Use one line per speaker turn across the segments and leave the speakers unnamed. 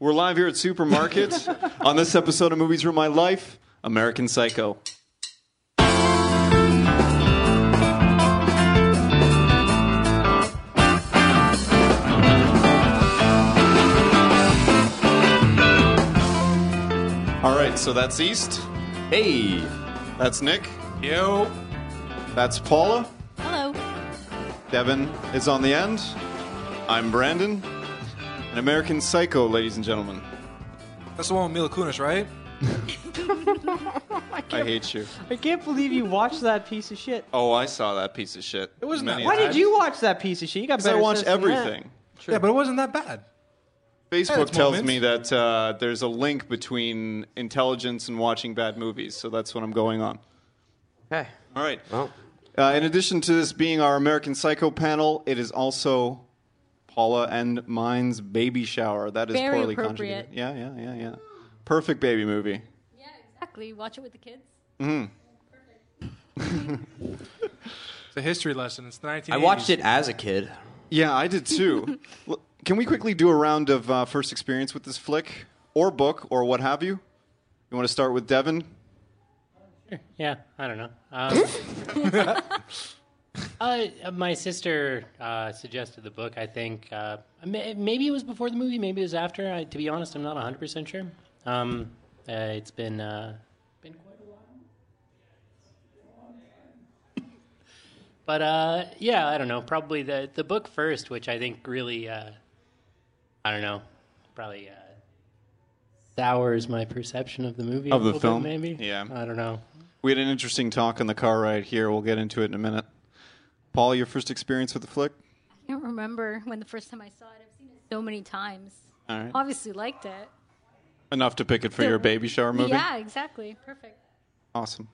We're live here at Supermarket on this episode of Movies Ruin My Life, American Psycho. All right, so that's East. Hey, that's Nick.
Yo.
That's Paula.
Hello.
Devin is on the end. I'm Brandon. An American Psycho, ladies and gentlemen.
That's the one with Mila Kunis, right?
I hate you.
I can't believe you watched that piece of shit.
Oh, I saw that piece of shit. It
wasn't that-
Why did you watch that piece of shit? You got
Because I
better
watch
sense than that.
everything.
True.
Yeah, but it wasn't that bad.
Facebook
that's
tells
moments.
me that uh, there's a link between intelligence and watching bad movies, so that's what I'm going on.
Okay.
All right.
Well.
Uh, in addition to this being our American Psycho panel, it is also Paula and mine's baby shower. That is
Very
poorly
appropriate.
conjugated. Yeah, yeah, yeah, yeah. Perfect baby movie. Mm-hmm.
Yeah, exactly. Watch it with the kids.
It's a history lesson. It's the 1980s.
I watched it as a kid.
Yeah, I did too. L- Can we quickly do a round of uh, first experience with this flick or book or what have you? You want to start with Devin?
Yeah, I don't know. Um, uh, my sister uh, suggested the book. I think uh, ma- maybe it was before the movie, maybe it was after. I, to be honest, I'm not 100 percent sure. Um, uh, it's been uh, been quite a while. But uh, yeah, I don't know. Probably the the book first, which I think really, uh, I don't know, probably uh, sours my perception of the movie
Of
a
the
little bit,
film?
maybe.
Yeah.
I don't know.
We had an interesting talk on the car ride here. We'll get into it in a minute. Paul, your first experience with the flick?
I don't remember when the first time I saw it. I've seen it so many times.
All right.
Obviously liked it.
Enough to pick it for your baby shower movie?
Yeah, exactly. Perfect.
Awesome.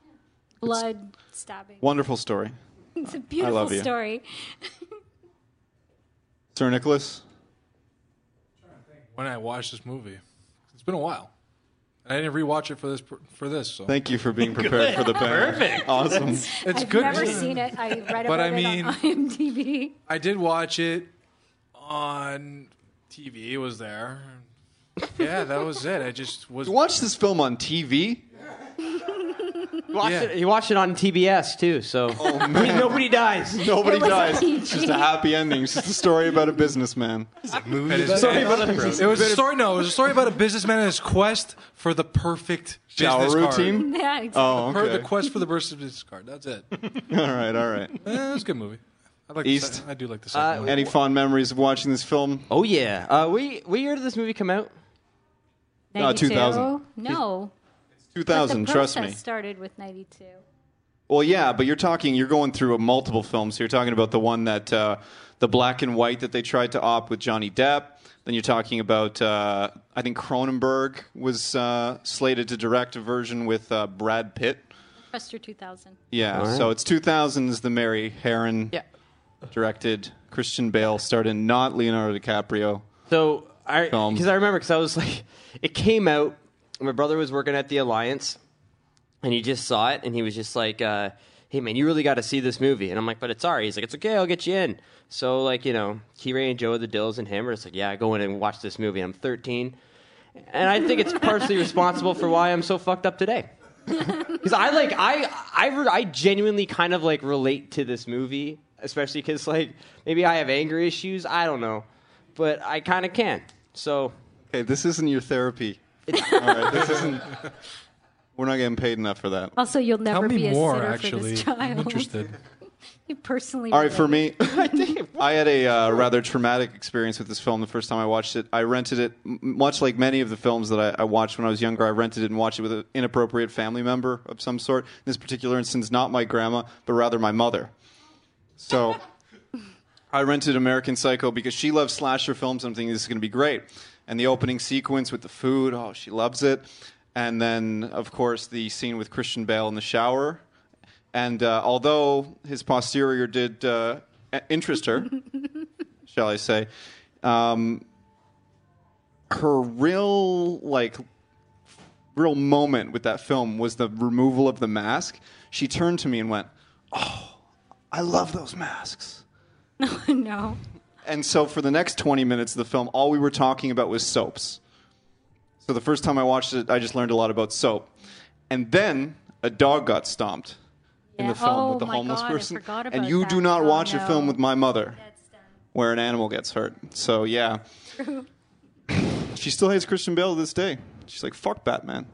Blood stabbing.
Wonderful story.
It's a beautiful
love you.
story.
Sir Nicholas?
when I watched this movie. It's been a while. And I didn't rewatch it for this. For this, so
Thank you for being prepared for the panel. Perfect. Awesome.
it's
I've
good.
never seen it. I read about
But I
it on IMDb.
I did watch it on TV. It was there. Yeah, that was it. I just was.
You watched this film on TV?
You watched,
Yeah.
it, you watched it on TBS too, so nobody dies.
Nobody
It was
dies.
on
It's just a happy ending. It's just a story about a businessman.
It, is-
Sorry, but-
it was a story. No, it was a story about a businessman and his quest for the perfect
Shower
business card.
routine?
Yeah, exactly.
Oh,
Per- The
okay.
quest for the business card. That's it. Eh,
All right, all right.
it's a good movie. I like.
East.
The, se- I do like the second
Uh,
one.
Any fond memories of watching this film?
Oh yeah. Uh, we what year did this movie come out?
Uh,
92?
2000.
No. But the
2000, trust me.
process started with 92.
Well, yeah, but you're talking, you're going through a multiple films. So you're talking about the one that, uh, the black and white that they tried to opt with Johnny Depp. Then you're talking about, uh, I think Cronenberg was uh, slated to direct a version with uh, Brad Pitt.
Prester 2000.
Yeah,
All right.
so it's 2000s, the Mary Heron directed Christian Bale, starred in not Leonardo DiCaprio.
So I
Film.
because I remember because I was like, it came out. My brother was working at the Alliance, and he just saw it, and he was just like, uh, "Hey man, you really got to see this movie." And I'm like, "But it's alright." He's like, "It's okay, I'll get you in." So like you know, Kiray and Joe, the Dills, and him are just like, "Yeah, go in and watch this movie." I'm 13, and I think it's partially responsible for why I'm so fucked up today. Because I like I I re- I genuinely kind of like relate to this movie, especially because like maybe I have anger issues. I don't know, but I kind of can. So
Okay, this isn't your therapy. All right, this isn't. We're not getting paid enough for that.
Also, you'll never
Tell
be
me
a
more.
sitter
Actually,
for this child.
I'm interested.
You personally.
All right, for
relate.
me, I had a uh, rather traumatic experience with this film the first time I watched it. I rented it, m- much like many of the films that I, I watched when I was younger. I rented it and watched it with an inappropriate family member of some sort. In this particular instance, not my grandma, but rather my mother. So I rented American Psycho because she loves slasher films. and I'm thinking this is going to be great. And the opening sequence with the food, oh, she loves it. And then, of course, the scene with Christian Bale in the shower. And uh, although his posterior did uh, interest her, shall I say, um, her real like real moment with that film was the removal of the mask. She turned to me and went, "Oh, I love those masks."
no.
And so for the next 20 minutes of the film, all we were talking about was soaps. So the first time I watched it, I just learned a lot about soap. And then a dog got stomped in
Yeah.
the film
Oh
with the
my
homeless
God, I
person.
forgot
and
about
you do
that.
not
Oh,
watch a film
no.
with my mother
That's done.
where an animal gets hurt. So yeah. she still hates Christian Bale to this day. She's like, fuck Batman.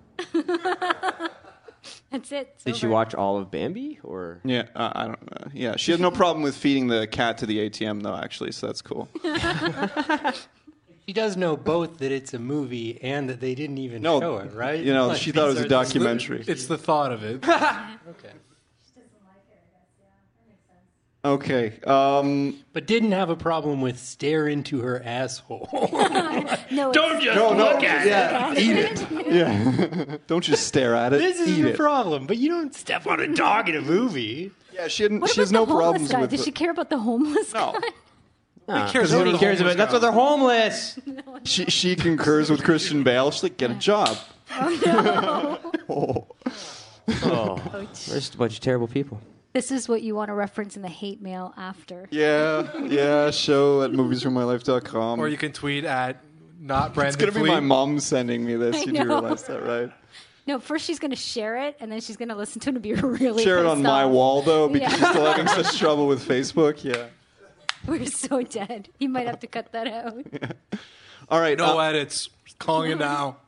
That's it. It's
Did she
over.
watch all of Bambi or?
Yeah, uh, I don't know. Yeah, she had no problem with feeding the cat to the ATM though, actually, so that's cool.
She does know both that it's a movie and that they didn't even
No,
show it, right?
you know,
Like,
she thought it was
these
a
are the-
documentary.
It's the thought of it.
Okay.
Okay. Um,
But didn't have a problem with stare into her asshole.
No,
Don't just
no,
look at it.
eat it. Yeah. don't just stare at it.
This is
eat
your
it.
problem, but you don't step on a dog in a movie.
Yeah, she, had,
What
she
about
has
the
no
homeless
problems
guy?
with
Does
the-
she care about the homeless
No.
guy?
Nah.
cares
Nobody
about the
cares about.
homeless
That's
guy?
why they're homeless.
she she concurs with Christian Bale. She's like, get a job. Oh no.
Oh, we're just a bunch of terrible people.
This is what you want to reference in the hate mail after.
Yeah, yeah. Show at moviesfrommylife.com.
Or you can tweet at not Brandon
it's gonna be
Fleet.
my mom sending me this. You do
know.
realize that, right?
No, first she's going to share it, and then she's going to listen to it and be really
Share it on
pissed
my
off.
wall though, because
Yeah.
she's still having such trouble with Facebook. Yeah.
We're so dead. You might have to cut that out.
All right.
No
uh,
edits. Calling it now.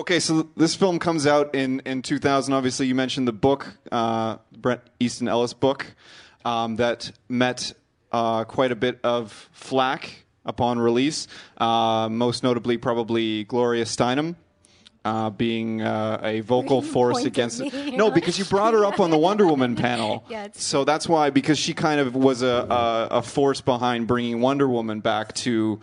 Okay, so this film comes out in, in 2000. Obviously, you mentioned the book, uh, Brett Easton Ellis book, um, that met uh, quite a bit of flack upon release, uh, most notably, probably Gloria Steinem. Uh, being uh, a vocal
You
force
pointed
against it.
me.
No, because you brought her up on the Wonder Woman panel.
Yeah, it's-
so that's why, because she kind of was a, a, a force behind bringing Wonder Woman back to,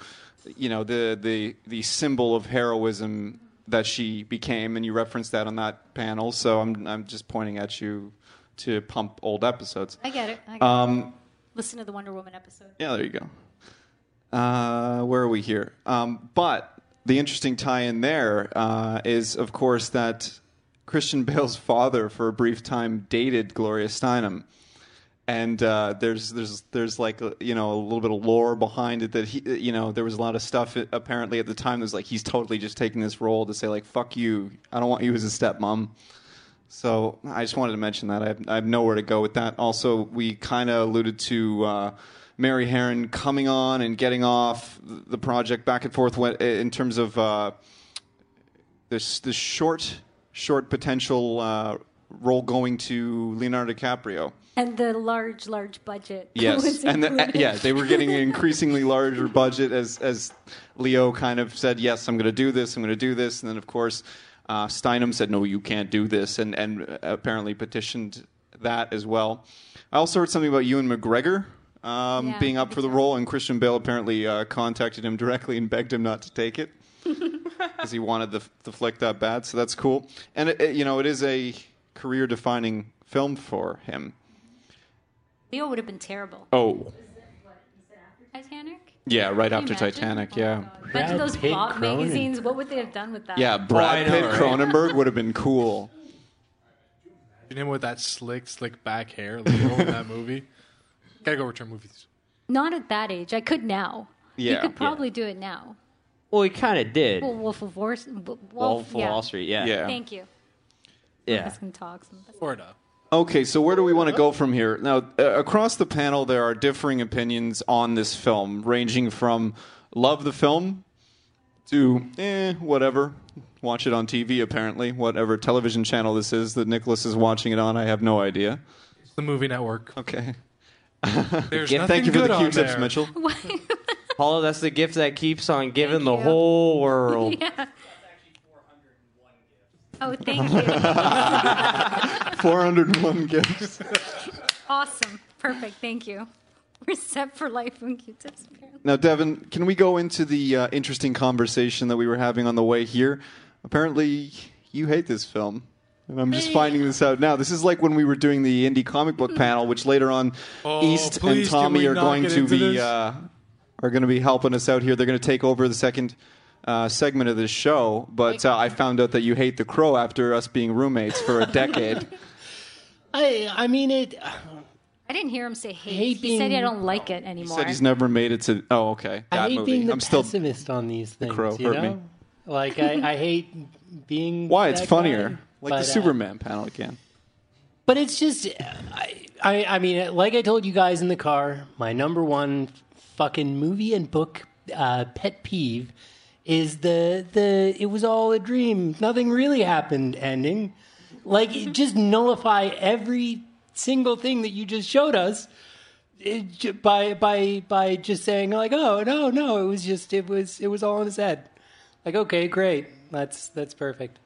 you know, the, the, the symbol of heroism that she became, and you referenced that on that panel. So I'm, I'm just pointing at you to pump old episodes.
I get it. I get
Um,
it. Listen to the Wonder Woman episode.
yeah, there you go. Uh, where are we here? Um, but the interesting tie in there uh, is, of course, that Christian Bale's father, for a brief time, dated Gloria Steinem. And uh, there's there's there's like uh, you know a little bit of lore behind it that he uh, you know there was a lot of stuff uh, apparently at the time that was like he's totally just taking this role to say like fuck you I don't want you as a stepmom so I just wanted to mention that. I have, I have nowhere to go with that. Also, we kind of alluded to uh, Mary Herron coming on and getting off the project back and forth when- in terms of uh, this this short short potential uh, role going to Leonardo DiCaprio.
And the large, large budget.
Yes,
was
and the, uh,
included.
yeah, they were getting an increasingly larger budget as as Leo kind of said, "Yes, I'm going to do this. I'm going to do this," and then of course uh, Steinem said, "No, you can't do this," and and apparently petitioned that as well. I also heard something about Ewan McGregor um,
Yeah,
being
I
up
think
for the
so.
role, and Christian Bale apparently uh, contacted him directly and begged him not to take it because he wanted the the flick that bad. So that's cool, and it, it, you know it is a career defining film for him.
Leo would have been terrible.
Oh.
Titanic?
Yeah, right
Can you
after
imagine?
Titanic.
Oh my
Yeah,
God.
Brad
Imagine those
Pitt,
pop
Cronin. Oh,
magazines. What would they have done with that?
yeah. Brad Pitt Cronenberg would have been cool.
You know with that slick, slick back hair Leo in that movie. Gotta go return movies.
Not at that age. I could now.
Yeah.
You could probably do it now.
Well, he kind of did.
Well, Wolf of Wall, Wolf,
Wolf of
yeah.
Wall Street. Yeah.
Yeah.
Thank you.
Yeah.
This can talk. some-
Florida.
Okay, so where do we want to go from here? Now, uh, across the panel, there are differing opinions on this film, ranging from love the film to eh, whatever. Watch it on TV, apparently. Whatever television channel this is that Nicholas is watching it on, I have no idea.
It's the movie network.
Okay.
There's
Yeah,
nothing
Thank you for
good
the
on
Q-tips,
there.
Mitchell.
Paulo, that's the gift that keeps on giving
Thank
the
you.
whole world.
yeah. Oh, thank you.
401 gifts.
awesome. Perfect. Thank you. We're set for life on Q-tips, apparently.
Now, Devin, can we go into the uh, interesting conversation that we were having on the way here? Apparently, you hate this film. And I'm just finding this out now. This is like when we were doing the indie comic book panel, which later on,
Hmm. Oh,
East and
please, can
Tommy
we
are
not
going
get
to
into
be
this?
uh, are going to be helping us out here. They're going to take over the second uh, segment of this show. But uh, I found out that you hate The Crow after us being roommates for a decade.
I I mean it. uh,
I didn't hear him say hate.
Hate
he said
being-
I don't like it
He
anymore.
said he's never made it to. Oh, okay.
I
That
hate
movie.
being the
I'm still.
pessimist on these things.
Crow
you
hurt
know?
me.
Like I, I hate being.
Why? It's
that
funnier.
guy, but,
like the
uh,
Superman panel again.
But it's just, I, I, I mean, like I told you guys in the car, my number one fucking movie and book uh, pet peeve is the the it was all a dream, nothing really happened ending. Like it just nullify every single thing that you just showed us it, ju- by by by just saying like, oh no no, it was just it was it was all in his head. Like okay, great, that's that's perfect.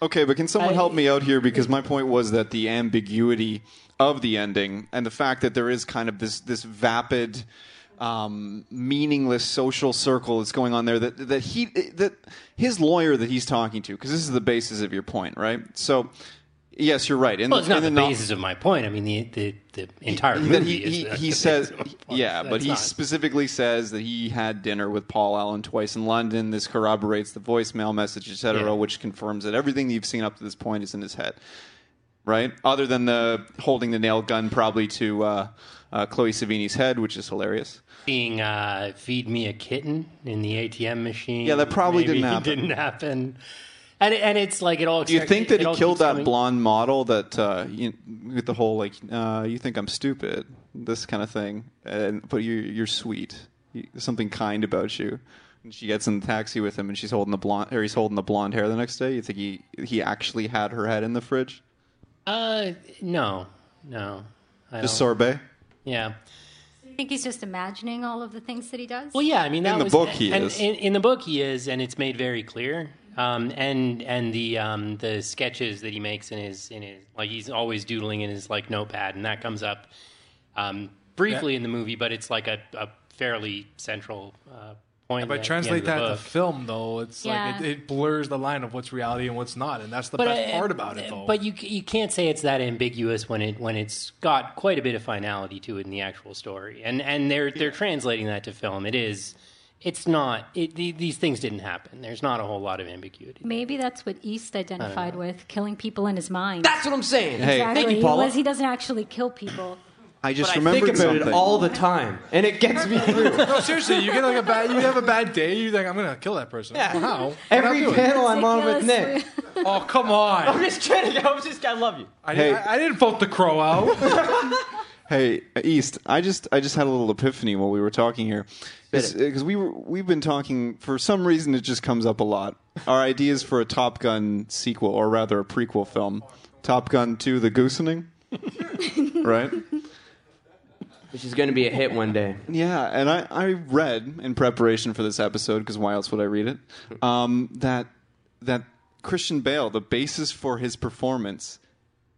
Okay, but can someone
I-
help me out here? Because my point was that the ambiguity of the ending and the fact that there is kind of this this vapid, um, meaningless social circle that's going on there. That that he that his lawyer that he's talking to, because this is the basis of your point, right? So, yes, you're right. In
Well, it's not
in
the
no-
basis of my point. I mean, the the, the entire
that
movie
he,
is
he,
the-
he
the
says
basis of my point.
yeah but
That's
he
not-
specifically says that he had dinner with paul allen twice in london this corroborates the voicemail message etc
Yeah.
which confirms that everything you've seen up to this point is in his head right other than the holding the nail gun probably to uh, uh, chloe savini's head which is hilarious
being uh, feed me a kitten in the ATM machine.
Yeah, that probably
maybe
didn't happen.
Didn't happen. And and it's like Oh, it all.
do you think that he killed that
blonde?
blonde model that uh, you, with the whole like uh, you think i'm stupid this kind of thing and but you, you're sweet You- there's something kind about you and she gets in the taxi with him and she's holding the blonde or he's holding the blonde hair the next day you think he he actually had her head in the fridge
Uh, no, no. I
just
don't-
sorbet
Yeah.
I think he's just imagining all of the things that he does.
Well, yeah. I mean, that
the
was-
book he
and-
is.
In, in the book, he is, and it's made very clear. Um, and and the um, the sketches that he makes in his in his like he's always doodling in his like notepad, and that comes up um, briefly in the movie, but it's like a, a fairly central uh, point.
If I
at the
translate
end
that
of
to
the book.
film, though, it's
Yeah.
like it, it blurs the line of what's reality and what's not, and that's the best
I-
part about it, though.
uh, But you you can't say it's that ambiguous when it when it's got quite a bit of finality to it in the actual story, and and they're they're translating that to film. It is, it's not. It, the, these things didn't happen. There's not a whole lot of ambiguity.
Maybe that's what East identified with killing people in his mind.
That's what I'm saying.
Hey.
exactly.
thank you,
He
Paula.
was- he doesn't actually kill people.
i just
I
remembered
think about
something
it all the time, and it gets me through.
no, seriously, you get like a bad, you have a bad day, you think I'm gonna kill that person.
Yeah.
How?
Every
What happened?
panel I'm on with Nick.
Ridiculous.
Oh come on!
I'm just kidding. I was just. I love you.
I,
Hey.
I, I didn't vote the crow out.
Hey East, I just I just had a little epiphany while we were talking here, because we were we've been talking for some reason it just comes up a lot. Our ideas for a Top Gun sequel, or rather a prequel film, Top Gun Two: The Goosening, right?
Which is going to be a hit one day.
Yeah, and I I read in preparation for this episode because why else would I read it? Um, that that Christian Bale, the basis for his performance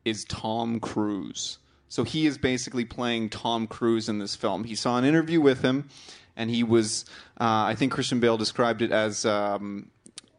is Tom Cruise. So he is basically playing Tom Cruise in this film. He saw an interview with him, and he was, uh, I think Christian Bale described it as um,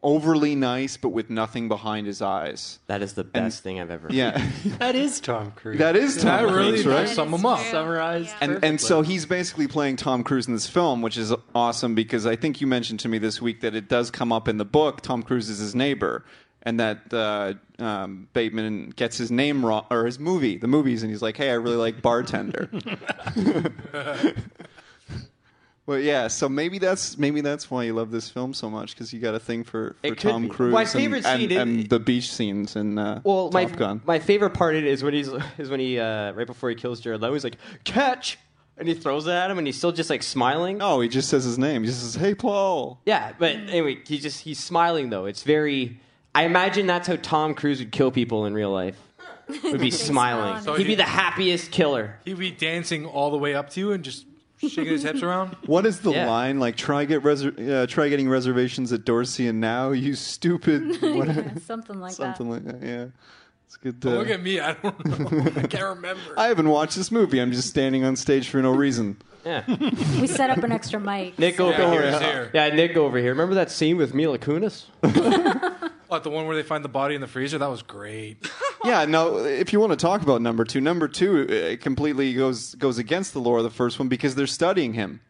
overly nice, but with nothing behind his eyes.
That is the best thing I've ever.
Yeah,
That is Tom Cruise.
that is
I
Tom
really
Cruise, right?
did sum them up.
summarized.
and and so he's basically playing Tom Cruise in this film, which is awesome because I think you mentioned to me this week that it does come up in the book. Tom Cruise is his neighbor, and that uh, um, Bateman gets his name wrong or his movie, the movies, and he's like, "Hey, I really like bartender." Well, yeah. So maybe that's maybe that's why you love this film so much because you got a thing for, for
It could
Tom
be.
Cruise
My
and-
favorite
and,
scene is-
and the beach scenes in uh,
Well, my
Top Gun.
my favorite part of it is when he's is when he uh, right before he kills Jared Leto, he's like catch, and he throws it at him, and he's still just like smiling.
no, Oh, he just says his name. He just says, "Hey, Paul."
Yeah, but anyway, he just he's smiling though. It's very. I imagine that's how Tom Cruise would kill people in real life. Would be smiling.
So
He'd be
he-
the happiest killer.
He'd be dancing all the way up to you and just shaking his hips around.
What is the
Yeah.
line like? Try get reser- uh, try getting reservations at Dorsey and now you stupid whatever,
Yeah, something like
something like that. Yeah, it's good.
Look
Uh,
at me, I don't know. I can't remember.
I haven't watched this movie. I'm just standing on stage for no reason.
Yeah,
that. We set up an extra mic.
Nick over
Yeah,
here.
here's here.
Yeah, Nick over here. Remember that scene with Mila Kunis?
What, the one where they find the body in the freezer? That was great.
yeah, no. If you want to talk about number two, number two uh, completely goes goes against the lore of the first one because they're studying him.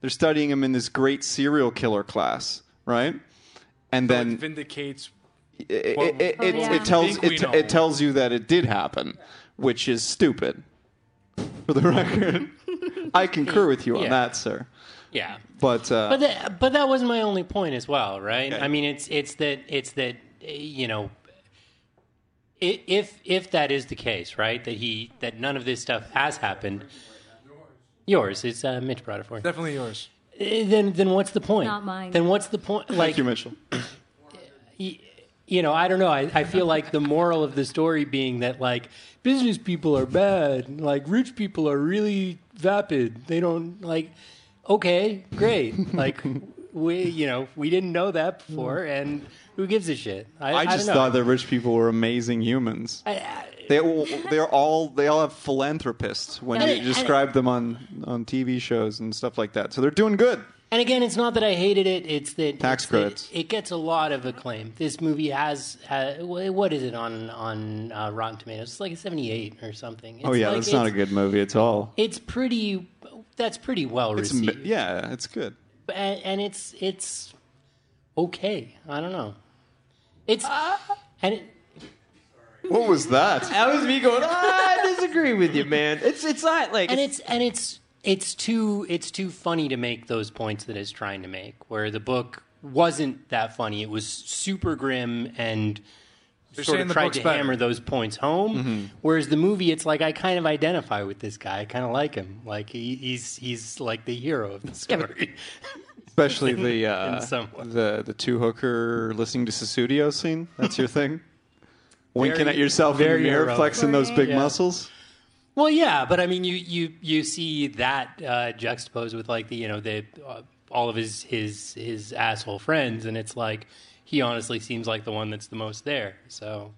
They're studying him in this great serial killer class, right? And
It
then
vindicates
it,
Well,
it, it,
Oh, yeah.
it tells
Think we
it,
know.
it tells you that it did happen, which is stupid. for the record. I concur with you on
Yeah.
that, sir.
Yeah.
But, uh,
But that, but that was my only point as well, right?
Okay.
I mean, it's it's that it's that eh, you know, i- if if that is the case, right? That he that none of this stuff has happened. Yours, it's uh, Mitch brought it for. you.
Definitely yours.
Eh, Then then what's the point?
Not mine.
Then what's the point? Like
thank you, Mitchell.
you know, I don't know. I, I feel like the moral of the story being that like business people are bad, and, like rich people are really vapid. They don't like. Okay, great. Like we, you know, we didn't know that before, and who gives a shit? I,
I
I
just
don't know.
thought that rich people were amazing humans. they all- they're all they all have philanthropists when
I-
you
I-
describe them on on TV shows and stuff like that. So they're doing good.
And again, it's not that I hated it. It's that
Tax
it's that
credits.
It, gets a lot of acclaim. This movie has uh, wh- what is it on on uh, Rotten Tomatoes? It's like a seventy-eight or something.
Oh
It's
yeah,
like-
that's not a
it's-
good movie at all.
It's pretty. That's pretty well
It's
received.
mi- yeah, it's good.
and, and it's it's okay. I don't know. It's and it,
What was that?
That was me going. "Ah, I disagree with you, man. It's it's not like
and it's and it's it's too it's too funny to make those points that it's trying to make. Where the book wasn't that funny. It was super grim and sort
saying
of
the
tried
book's
to
better.
hammer those points home.
Mm-hmm.
Whereas the movie, it's like I kind of identify with this guy. I kind of like him. Like he, he's he's like the hero of the story.
Especially the uh,
In some way.
the the two hooker listening to Susudio scene. That's your thing. Winking
Very-
at yourself in the
very
mirror,
erotic.
flexing those big
Yeah.
muscles.
Well, yeah, but I mean, you you you see that uh, juxtaposed with like the you know the uh, all of his his his asshole friends, and it's like he honestly seems like the one that's the most there. So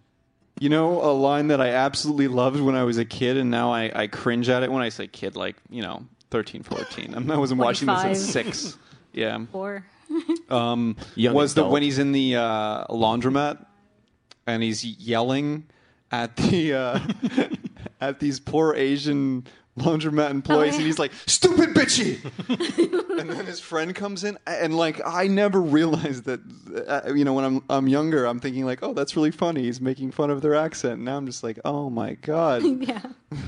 You know, a line that I absolutely loved when I was a kid, and now I, I cringe at it when I say kid, like, you know, 13, 14. I, mean, I wasn't watching this at
25.
six. Yeah.
Or
Um,
Young
was that
adult.
when he's in the uh, laundromat and he's yelling at the uh, at these poor Asian laundromat employees,
yeah.
and he's like, "Stupid bitchy," and then his friend comes in, and like I never realized that. Uh, you know, when I'm I'm younger, I'm thinking like, "Oh, that's really funny." He's making fun of their accent. Now I'm just like, "Oh my god."
yeah,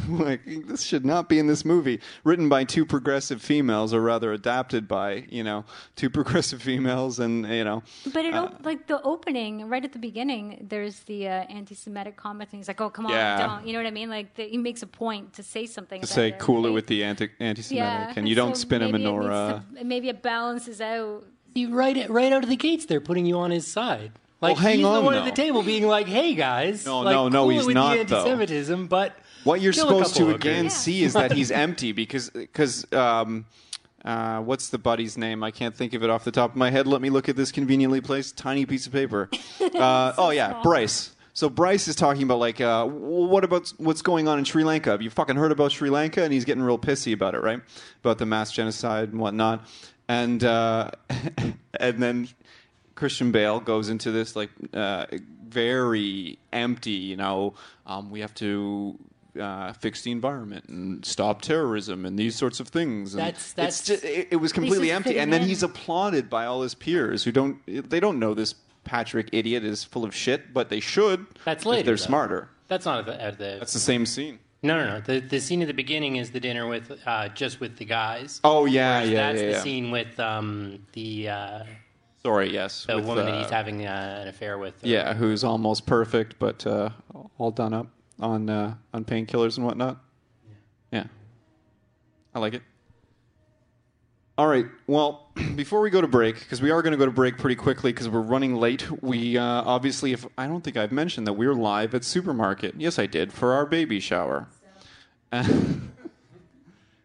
like this should not be in this movie written by two progressive females or rather adapted by you know two progressive females and you know
but
Uh,
it op- like the opening right at the beginning. There's the uh, anti-Semitic comment, and he's like, "Oh, come on,
Yeah.
don't." You know what I mean? Like the, he makes a point to say something.
to
about
say
it,
cooler
right?
with the anti- anti-semitic
Yeah,
and you don't
so
spin a
maybe it needs
menorah
to- maybe it balances out.
you right right out of the gates, they're putting you on his side. Like
Well, hang
he's
on,
the one at the
though.
table being like, "Hey guys,
No,
like,
no, no,
cool
he's
with
not,
the
though.
anti-Semitism, but
what you're
kill a
supposed
couple
to
of
again
hookers."
see is that he's empty because because um uh, what's the buddy's name? I can't think of it off the top of my head. Let me look at this conveniently placed tiny piece of paper. Uh, oh yeah, Bryce. So Bryce is talking about like, uh, w- what about what's going on in Sri Lanka? Have you fucking heard about Sri Lanka? And he's getting real pissy about it, right? About the mass genocide and whatnot. And uh, and then Christian Bale goes into this like uh, very empty, you know, um, we have to. Uh, fix the environment and stop terrorism and these sorts of things. And
That's-
it's
that's-
ju- it, it was completely
just
empty,
fitting
and then
in.
he's applauded by all his peers who don't they don't know this Patrick idiot is full of shit, but they should.
That's
If
later,
they're
though.
smarter.
that's not at the, at the
That's the same scene.
no no no. The, the scene at the beginning is the dinner with uh, just with the guys.
Oh yeah,
Whereas
yeah,
that's
yeah,
the
yeah.
scene with um, the uh,
Sorry, yes.
the
with,
woman that
uh,
he's having uh, an affair with. or-
Yeah, who's almost perfect, but uh, all done up on uh, on painkillers and whatnot. Yeah, I like it. All right. Well, before we go to break, because we are going to go to break pretty quickly because we're running late. We uh, obviously, if I don't think I've mentioned that we're live at supermarket. Yes, I did for our baby shower.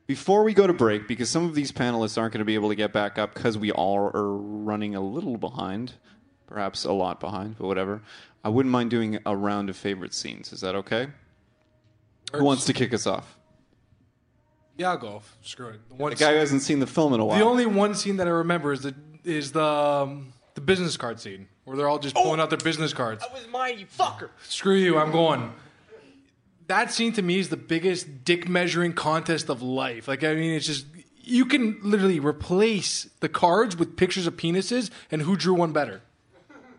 Before we go to break, because some of these panelists aren't going to be able to get back up because we all are running a little behind, perhaps a lot behind, but whatever. I wouldn't mind doing a round of favorite scenes. Is that okay? Who wants to kick us off?
Yeah, I'll go. Screw it. The, one
The guy who hasn't seen the film in a while.
the only one scene that I remember is the is the um, the business card scene where they're all
Oh!
just pulling out their business cards.
was mine, you fucker.
Screw you, I'm going. That scene to me is the biggest dick measuring contest of life. Like I mean, it's just you can literally replace the cards with pictures of penises and who drew one better.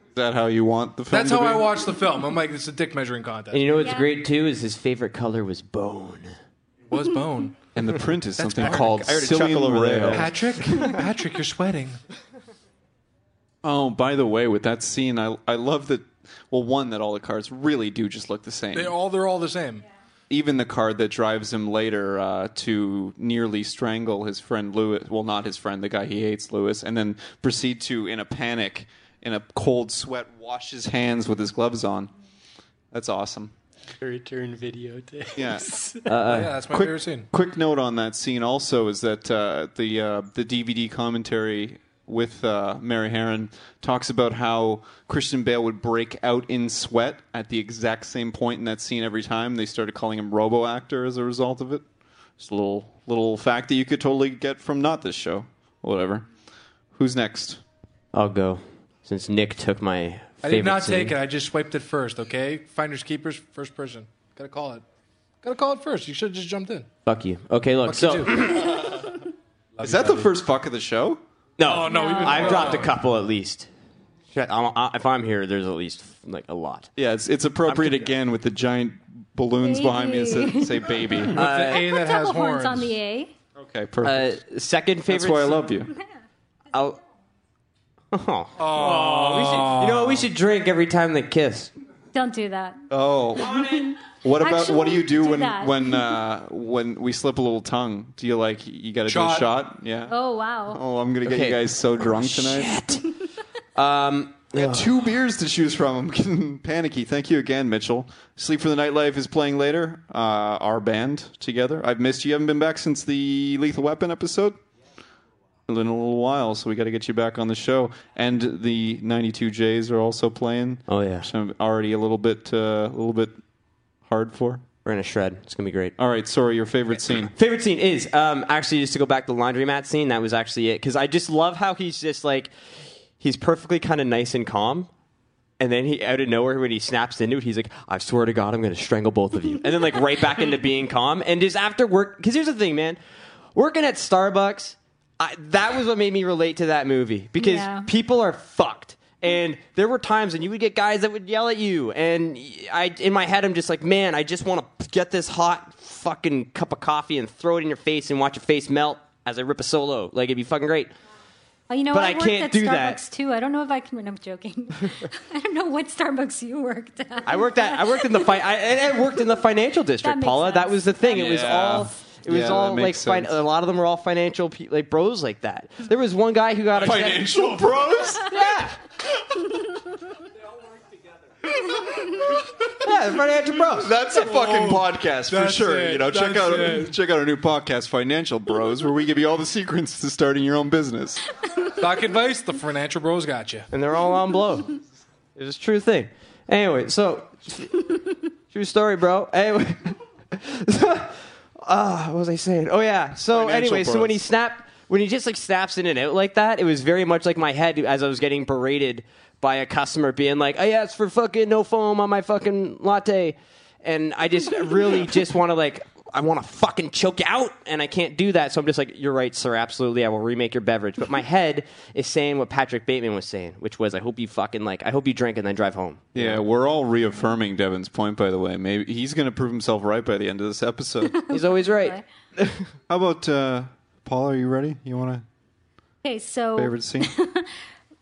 Is that how you want the film
That's
to
how
be?
I watched the film. I'm like, it's a dick measuring contest.
And you know what's
Yeah.
great too is his favorite color was bone.
was bone.
And the print is something
Patrick.
called
I
I
already
Cillian
chuckle over there.
Rail.
Patrick, Patrick, you're sweating.
Oh, by the way, with that scene, I I love that. Well, one that all the cars really do just look the same.
They all they're all the same.
Even the car that drives him later uh, to nearly strangle his friend Lewis. Well, not his friend, the guy he hates, Lewis, and then proceed to, in a panic, in a cold sweat, wash his hands with his gloves on. That's awesome.
Return videotape.
Yeah.
Uh,
yeah, that's my favorite scene.
Uh, Quick note on that scene also is that uh, the uh, the DVD commentary with uh, Mary Herron talks about how Christian Bale would break out in sweat at the exact same point in that scene every time. They started calling him Robo Actor as a result of it. Just a little little fact that you could totally get from not this show, whatever. Who's next?
I'll go since Nick took my.
I did not take it. I just swiped it first. Okay, finders keepers, first person. Gotta call it. Gotta call it first. You should have just jumped in.
Fuck you. Okay, look.
Fuck
so
you too.
Is that the first fuck of the show?
no,
Oh, no, we've been-
I've dropped a couple at least. Shit, I'm, I, if I'm here, there's at least like a lot.
Yeah, it's it's appropriate again with the giant balloons behind me that say, say baby.
the A that has
Uh, Double
horns.
horns on the A.
okay,
Uh,
perfect.
second favorite.
That's why I
s-
love you.
I'll- Oh. We should- you know what? We should drink every time they kiss.
Don't do that.
Oh. What about what do you do,
Actually,
when
do that.
when uh, when we slip a little tongue? Do you like you got to do a
Shot.
shot? Yeah.
Oh wow.
Oh, I'm gonna get
Okay. Oh,
you guys so drunk tonight.
Um,
Two beers to choose from. I'm getting panicky. Thank you again, Mitchell. Sleep for the Nightlife is playing later. Uh, our band together. I've missed you. You Haven't been back since the Lethal Weapon episode. Been in a little while, so we got to get you back on the show. And the '92 Jays are also playing.
Oh, yeah.
which I'm already a little bit uh, a little bit hard for.
we're in a shred. It's gonna be great.
All right, sorry, your favorite scene.
Favorite scene is um, actually just to go back to the laundromat scene. That was actually it because I just love how he's just like he's perfectly kind of nice and calm, and then he out of nowhere when he snaps into it, he's like, "I swear to God, I'm going to strangle both of you," and then like right back into being calm. And just after work, because here's the thing, man, working at Starbucks, I, that was what made me relate to that movie because
Yeah.
people are fucked. And there were times when you would get guys that would yell at you, and I, in my head, I'm just like, man, I just want to get this hot fucking cup of coffee and throw it in your face and watch your face melt as I rip a solo. Like it'd be fucking great.
Oh, you know,
But
I,
I
worked
can't
at
do
Starbucks
that.
too. I don't know if I can. I'm joking. I don't know what Starbucks you worked at.
I worked at I worked in the fi- I, and I worked in the financial
That
district,
makes
Paula. That
sense.
was the thing. It was
Yeah.
all. It was
Yeah,
all
that
like
makes
fin-
sense.
a lot of them were all financial pe- like bros like that. There was one guy who got upset-
Financial bros.
Yeah. yeah, the financial bros.
That's a fucking podcast for
that's
sure.
it,
you know, check
that's
out
it.
check out our new podcast, Financial Bros, where we give you all the secrets to starting your own business.
Stock advice. The financial bros got you.
and they're all on blow. It was a true thing. Anyway, so true story, bro. Anyway, ah, what was I saying? Oh yeah. So
Financial
anyway, so when
pros.
he snapped, when he just like snaps in and out like that, it was very much like my head as I was getting berated by a customer being like, "Oh yeah, it's for fucking no foam on my fucking latte," and I just really just want to like. I want to fucking choke you out, and I can't do that. So I'm just like, "You're right, sir. Absolutely, I will remake your beverage." But my head is saying what Patrick Bateman was saying, which was, "I hope you fucking like, I hope you drink and then drive home."
Yeah, we're all reaffirming Devin's point, by the way. Maybe he's going to prove himself right by the end of this episode.
He's always right.
How about uh, Paul? Are you ready? You want a
Okay, so
favorite scene?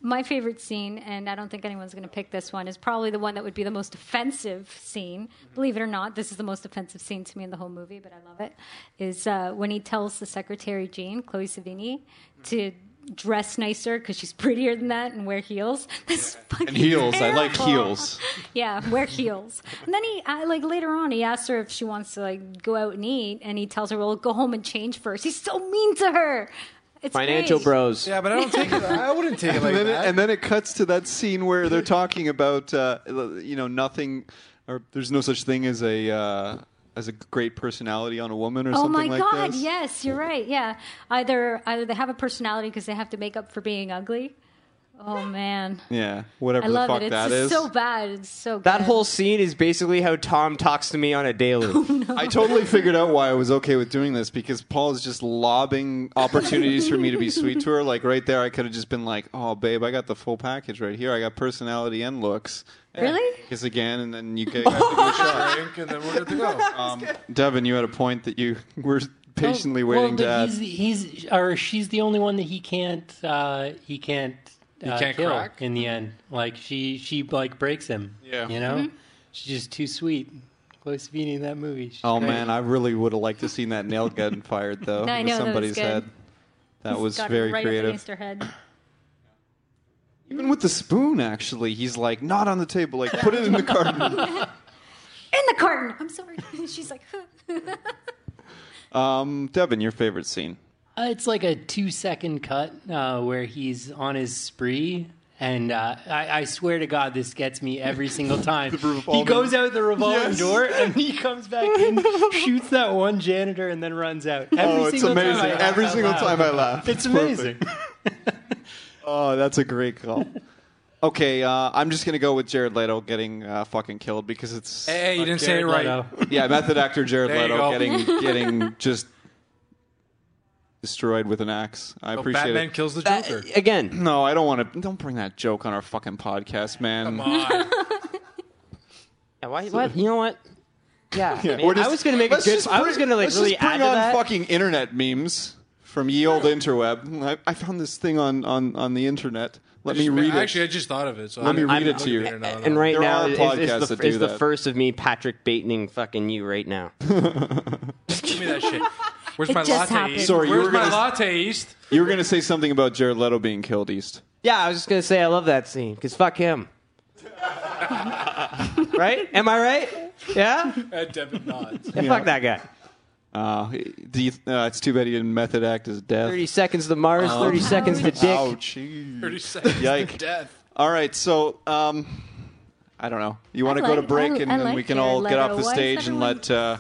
my favorite scene, and I don't think anyone's going to pick this one, is probably the one that would be the most offensive scene. Believe it or not, this is the most offensive scene to me in the whole movie, but I love it. Is uh, when he tells the secretary Jean, Chloe Savini, to dress nicer because she's prettier than that and wear heels. That's fucking
And heels. I like
terrible.
heels.
Yeah, wear heels. And then he, I, like later on, he asks her if she wants to like go out and eat, and he tells her, "Well, go home and change first. He's so mean to her. It's
Financial
great.
bros.
Yeah, but I don't take it. I wouldn't take it like
and, then it,
that.
and then it cuts to that scene where they're talking about uh, you know nothing, or there's no such thing as a uh, as a great personality on a woman or
Oh my
something like
god!
this.
Yes, you're right. Yeah, either either they have a personality because they have to make up for being ugly, Oh man,
Yeah, whatever
I love
the fuck
it. It's
that
just
is.
so bad. It's so
That
good.
whole scene is basically how Tom talks to me on a
Oh,
daily.
I totally figured out why I was okay with doing this because Paul is just lobbing opportunities for me to be sweet to her. Like right there, I could have just been like, "Oh, babe, I got the full package right here. I got personality and looks." Yeah.
Really?
Kiss again, and then you get. I have to
Drink, and
give it a shot.
then we're good to go. Uh,
Um, Devin, you had a point that you were patiently waiting
well,
to
He's,
add.
he's or she's the only one that he can't uh, he can't uh,
can't
kill
crack?
in the end. Like she she like breaks him.
Yeah.
you know she's just too sweet. Close to being in that movie. She's
Oh
great.
man, I really would have liked to seen that nail gun fired though
No, I
into
know, that was
somebody's
good.
head. That was
Got it
very
right
creative.
Against her head.
Even with the spoon, actually, he's like not on the table. Like put it in the carton.
In the carton. I'm sorry. She's like,
um, Devin, your favorite scene?
Uh, it's like a two second cut uh, where he's on his spree. And uh, I, I swear to God, this gets me every single time. he
revolving-
goes out the revolving
Yes.
door and he comes back and shoots that one janitor and then runs out. Every
oh, it's
single time I
amazing.
laugh
Every
out
single
loud.
time I laugh.
It's amazing.
Oh, that's a great call. Okay, uh, I'm just gonna go with Jared Leto getting uh, fucking killed because it's
Hey, you didn't say it
Jared
right.
Leto.
yeah, method actor Jared
There you go.
Leto getting getting just destroyed with an axe. I
So
appreciate
Batman
it.
kills the Joker.
Again,
No, I don't want to. Don't bring that joke on our fucking podcast, man.
Come on.
Yeah, why, what? You know what? Yeah,
Yeah,
man,
or just-
I was gonna make a
let's
good.
just
I was
bring-
gonna like
let's
really
just bring
add to
on
that.
fucking internet memes from ye old interweb. I, I found this thing on on on the internet. Let me read it.
Actually, I just thought of it. So
Let me
I'm-
read
I'm
it
not
to you.
looking at it now,
and right
There
now
are
is,
podcasts
is,
that
the,
do
is the
that.
first of me Patrick Batening fucking you right now.
Give me that shit. Where's
It
my
just
latte?
happened.
East?
Sorry, you
Where's
were
my
gonna-
latte? East?
you were gonna say something about Jared Leto being killed, East.
yeah, I was just gonna say I love that scene because fuck him. right? Am I right? Yeah?
Uh, Devin nods.
yeah? Fuck that guy.
Uh, do you, uh, it's too bad he didn't method act his death.
Thirty seconds to Mars. Thirty seconds to Dick.
Um, Ouch.
30 seconds to
Yike.
death.
All right, so um, I don't know. You want to
I
go to
like-
break,
I-
and
I
then we
like
can
Jared
all get
Leto.
off the
Why is
stage and
everyone
let uh,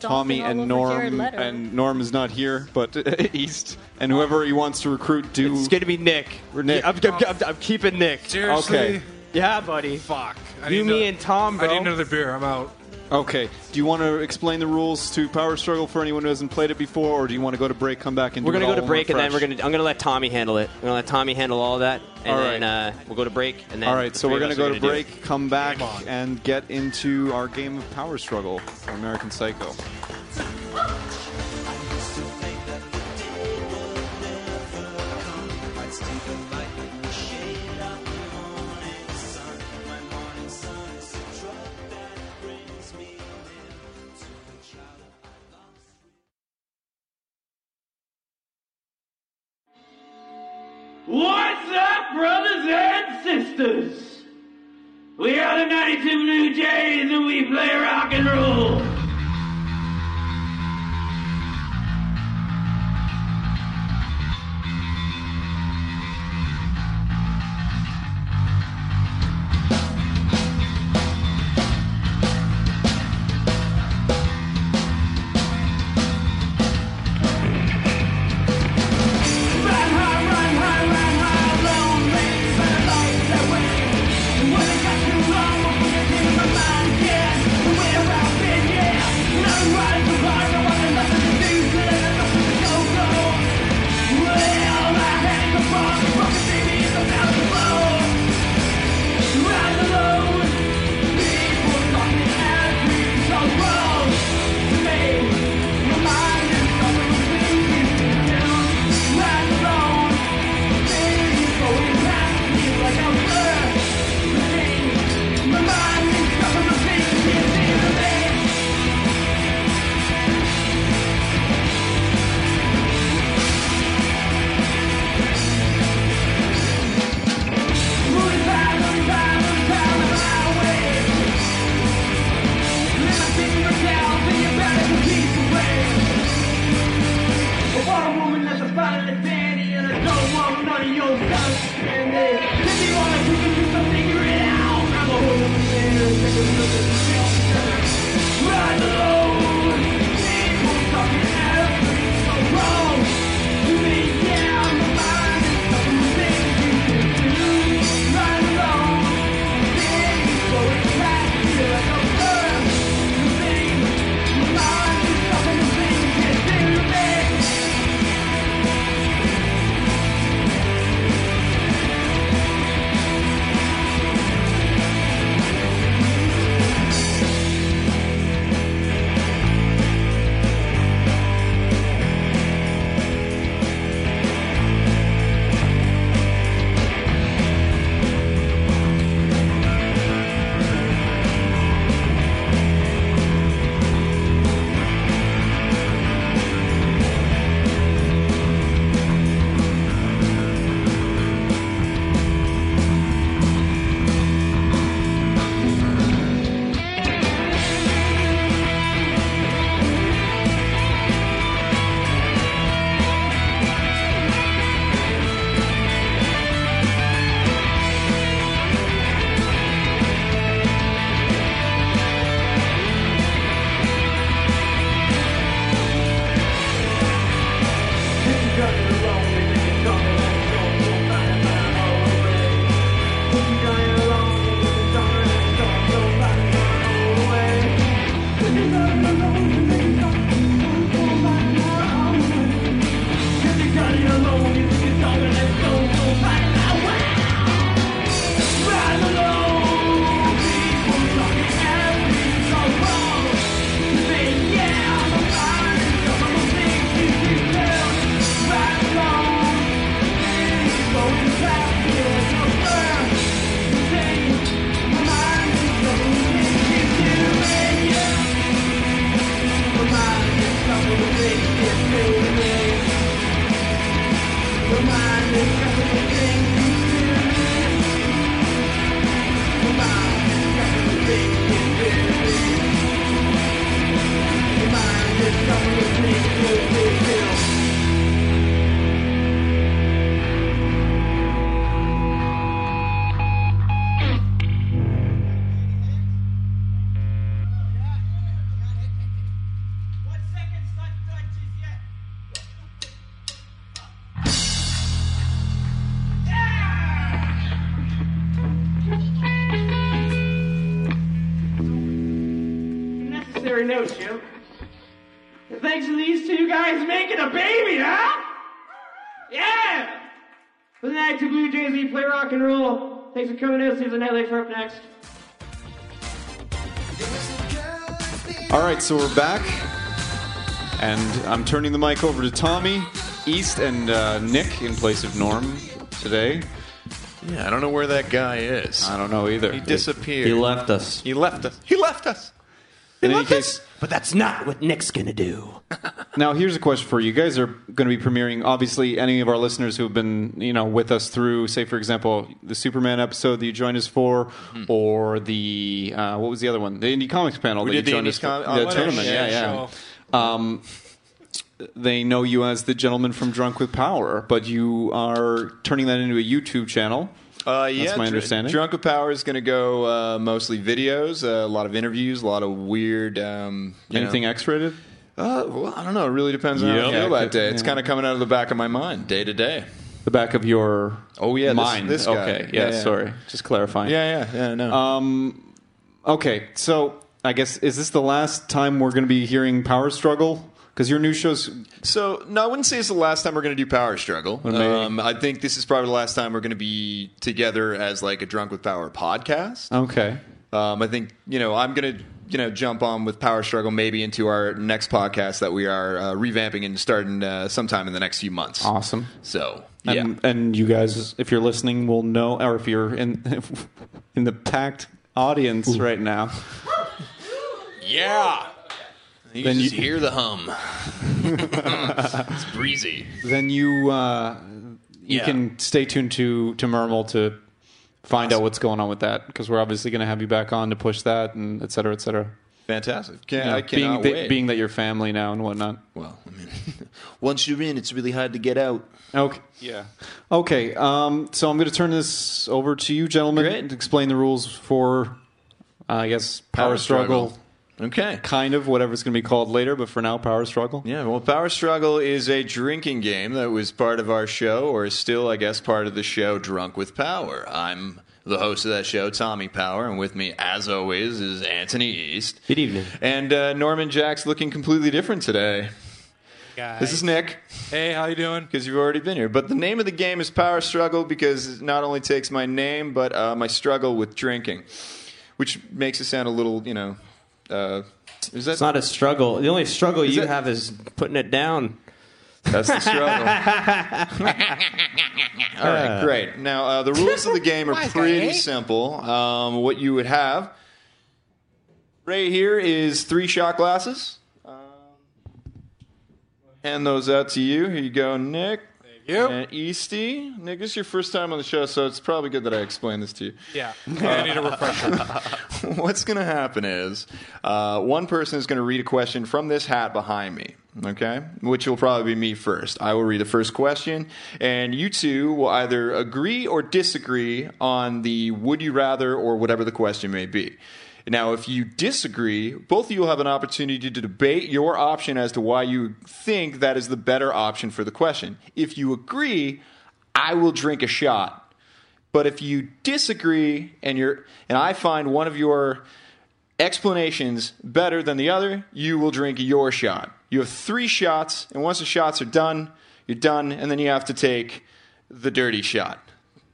Tommy
Stomping
and
all over Jared
Norm
Leto.
and Norm is not here, but uh, East and whoever he wants to recruit do.
It's gonna be Nick.
We're Nick.
I'm, I'm- I'm- I'm keeping Nick.
Seriously?
Okay.
Yeah, buddy.
Fuck. I
You,
need
me,
another-
and Tom,
I
bro.
need another beer. I'm out.
Okay. Do you want to explain the rules to Power Struggle for anyone who hasn't played it before, or do you want to go to break, come back, and
We're
do
gonna
it all
go to
when
break, and then we're
fresh?
gonna. I'm gonna let Tommy handle it. I'm gonna let Tommy handle all that, and
All
then
right.
uh, we'll go to break. And then
All right,
the
so
three
we're
of
going
us
to
are
go to
do it.
break, come back,
Game on.
and get into our game of Power Struggle for American Psycho.
What's up, brothers and sisters? We are the 92 New Jays and we play rock and roll. One woman that's a finalist vanity and I don't want none of your guns. And they, if you wanna keep it no show. Thanks to these two guys making a baby, huh? Yeah! For the night to Blue Jays, we play rock and roll. Thanks for coming out. See you the night later up next.
All right, so we're back, and I'm turning the mic over to Tommy, East, and uh, Nick in place of Norm today.
Yeah, I don't know where that guy is.
I don't know either.
He disappeared.
He left us.
He left us. He left us.
In any case,
But that's not what Nick's gonna do.
now here's a question for you. you guys are going to be premiering. Obviously, any of our listeners who have been you know with us through, say for example, the Superman episode that you joined us for,
Hmm.
or the uh, what was the other one, the Indie Comics panel that
did the
you joined
Indie
us
Com-
for,
oh,
the
what a
tournament.
shit
yeah, yeah.
show.
Um, they know you as the gentleman from Drunk with Power, but you are turning that into a YouTube channel.
Uh, yeah,
my
Dr-
understanding.
Drunk with Power is going to go uh, mostly videos, uh, a lot of interviews, a lot of weird. Um, you know-
Anything X-rated?
Uh, well, I don't know. It really depends on how I
Yeah,
feel that
good-
day. It's
yeah.
kind of coming out of the back of my mind, day to day.
The back of your
Oh, yeah, this-
mind.
this guy.
Okay,
Yeah,
yeah,
yeah.
sorry, just clarifying.
Yeah, yeah, yeah. No.
Um, okay, so I guess is this the last time we're going to be hearing Power Struggle? Because your new show's
So no, I wouldn't say it's the last time we're going to do Power Struggle.
maybe-
Um, I think this is probably the last time we're going to be together as like a Drunk with Power podcast.
okay.
Um, I think you know I'm going to you know jump on with Power Struggle maybe into our next podcast that we are uh, revamping and starting uh, sometime in the next few months.
Awesome.
So yeah,
And, and you guys, if you're listening, will know, or if you're in in the packed audience right now,
yeah. You
Then
just
you-
hear the hum. it's breezy.
then you uh, you
Yeah.
can stay tuned to to Mermal to find out what's going on with that because we're obviously going to have you back on to push that and et cetera, et cetera.
Fantastic. Can't,
You know,
I
being
cannot
that-
wait.
being that you're family now and whatnot.
well, I mean, once you're in, it's really hard to get out.
Okay. Yeah. Okay. Um, so I'm going to turn this over to you, gentlemen,
Great.
to explain the rules for, uh, I guess, power, struggle,
Okay.
kind of whatever it's going to be called later, but for now, power struggle.
Yeah, well, Power Struggle is a drinking game that was part of our show, or is still, I guess, part of the show Drunk with Power. I'm the host of that show, Tommy Power, and with me, as always, is Anthony East.
Good evening.
And uh, Norman Jack's looking completely different today.
Guys.
This is Nick,
hey, how you doing?
because you've already been here. But the name of the game is Power Struggle because it not only takes my name, but uh, my struggle with drinking, which makes it sound a little, you know. Uh, is that
It's not a struggle. The only struggle you
it-
have is putting it down.
That's the struggle. All right, great. Now, uh, the rules of the game are pretty simple. Um, what you would have right here is three shot glasses. Um, hand those out to you. Here you go, Nick.
You?
And Easty. Nick, this is your first time on the show, so it's probably good that I explained this to you
Yeah. I need a refresher.
what's going to happen is uh, one person is going to read a question from this hat behind me. Okay, which will probably be me first. I will read the first question, and you two will either agree or disagree on the would you rather or whatever the question may be. Now, if you disagree, both of you will have an opportunity to debate your option as to why you think that is the better option for the question. If you agree, I will drink a shot but if you disagree and you're and I find one of your explanations better than the other, you will drink your shot. You have three shots, and once the shots are done, you're done, and then you have to take the dirty shot.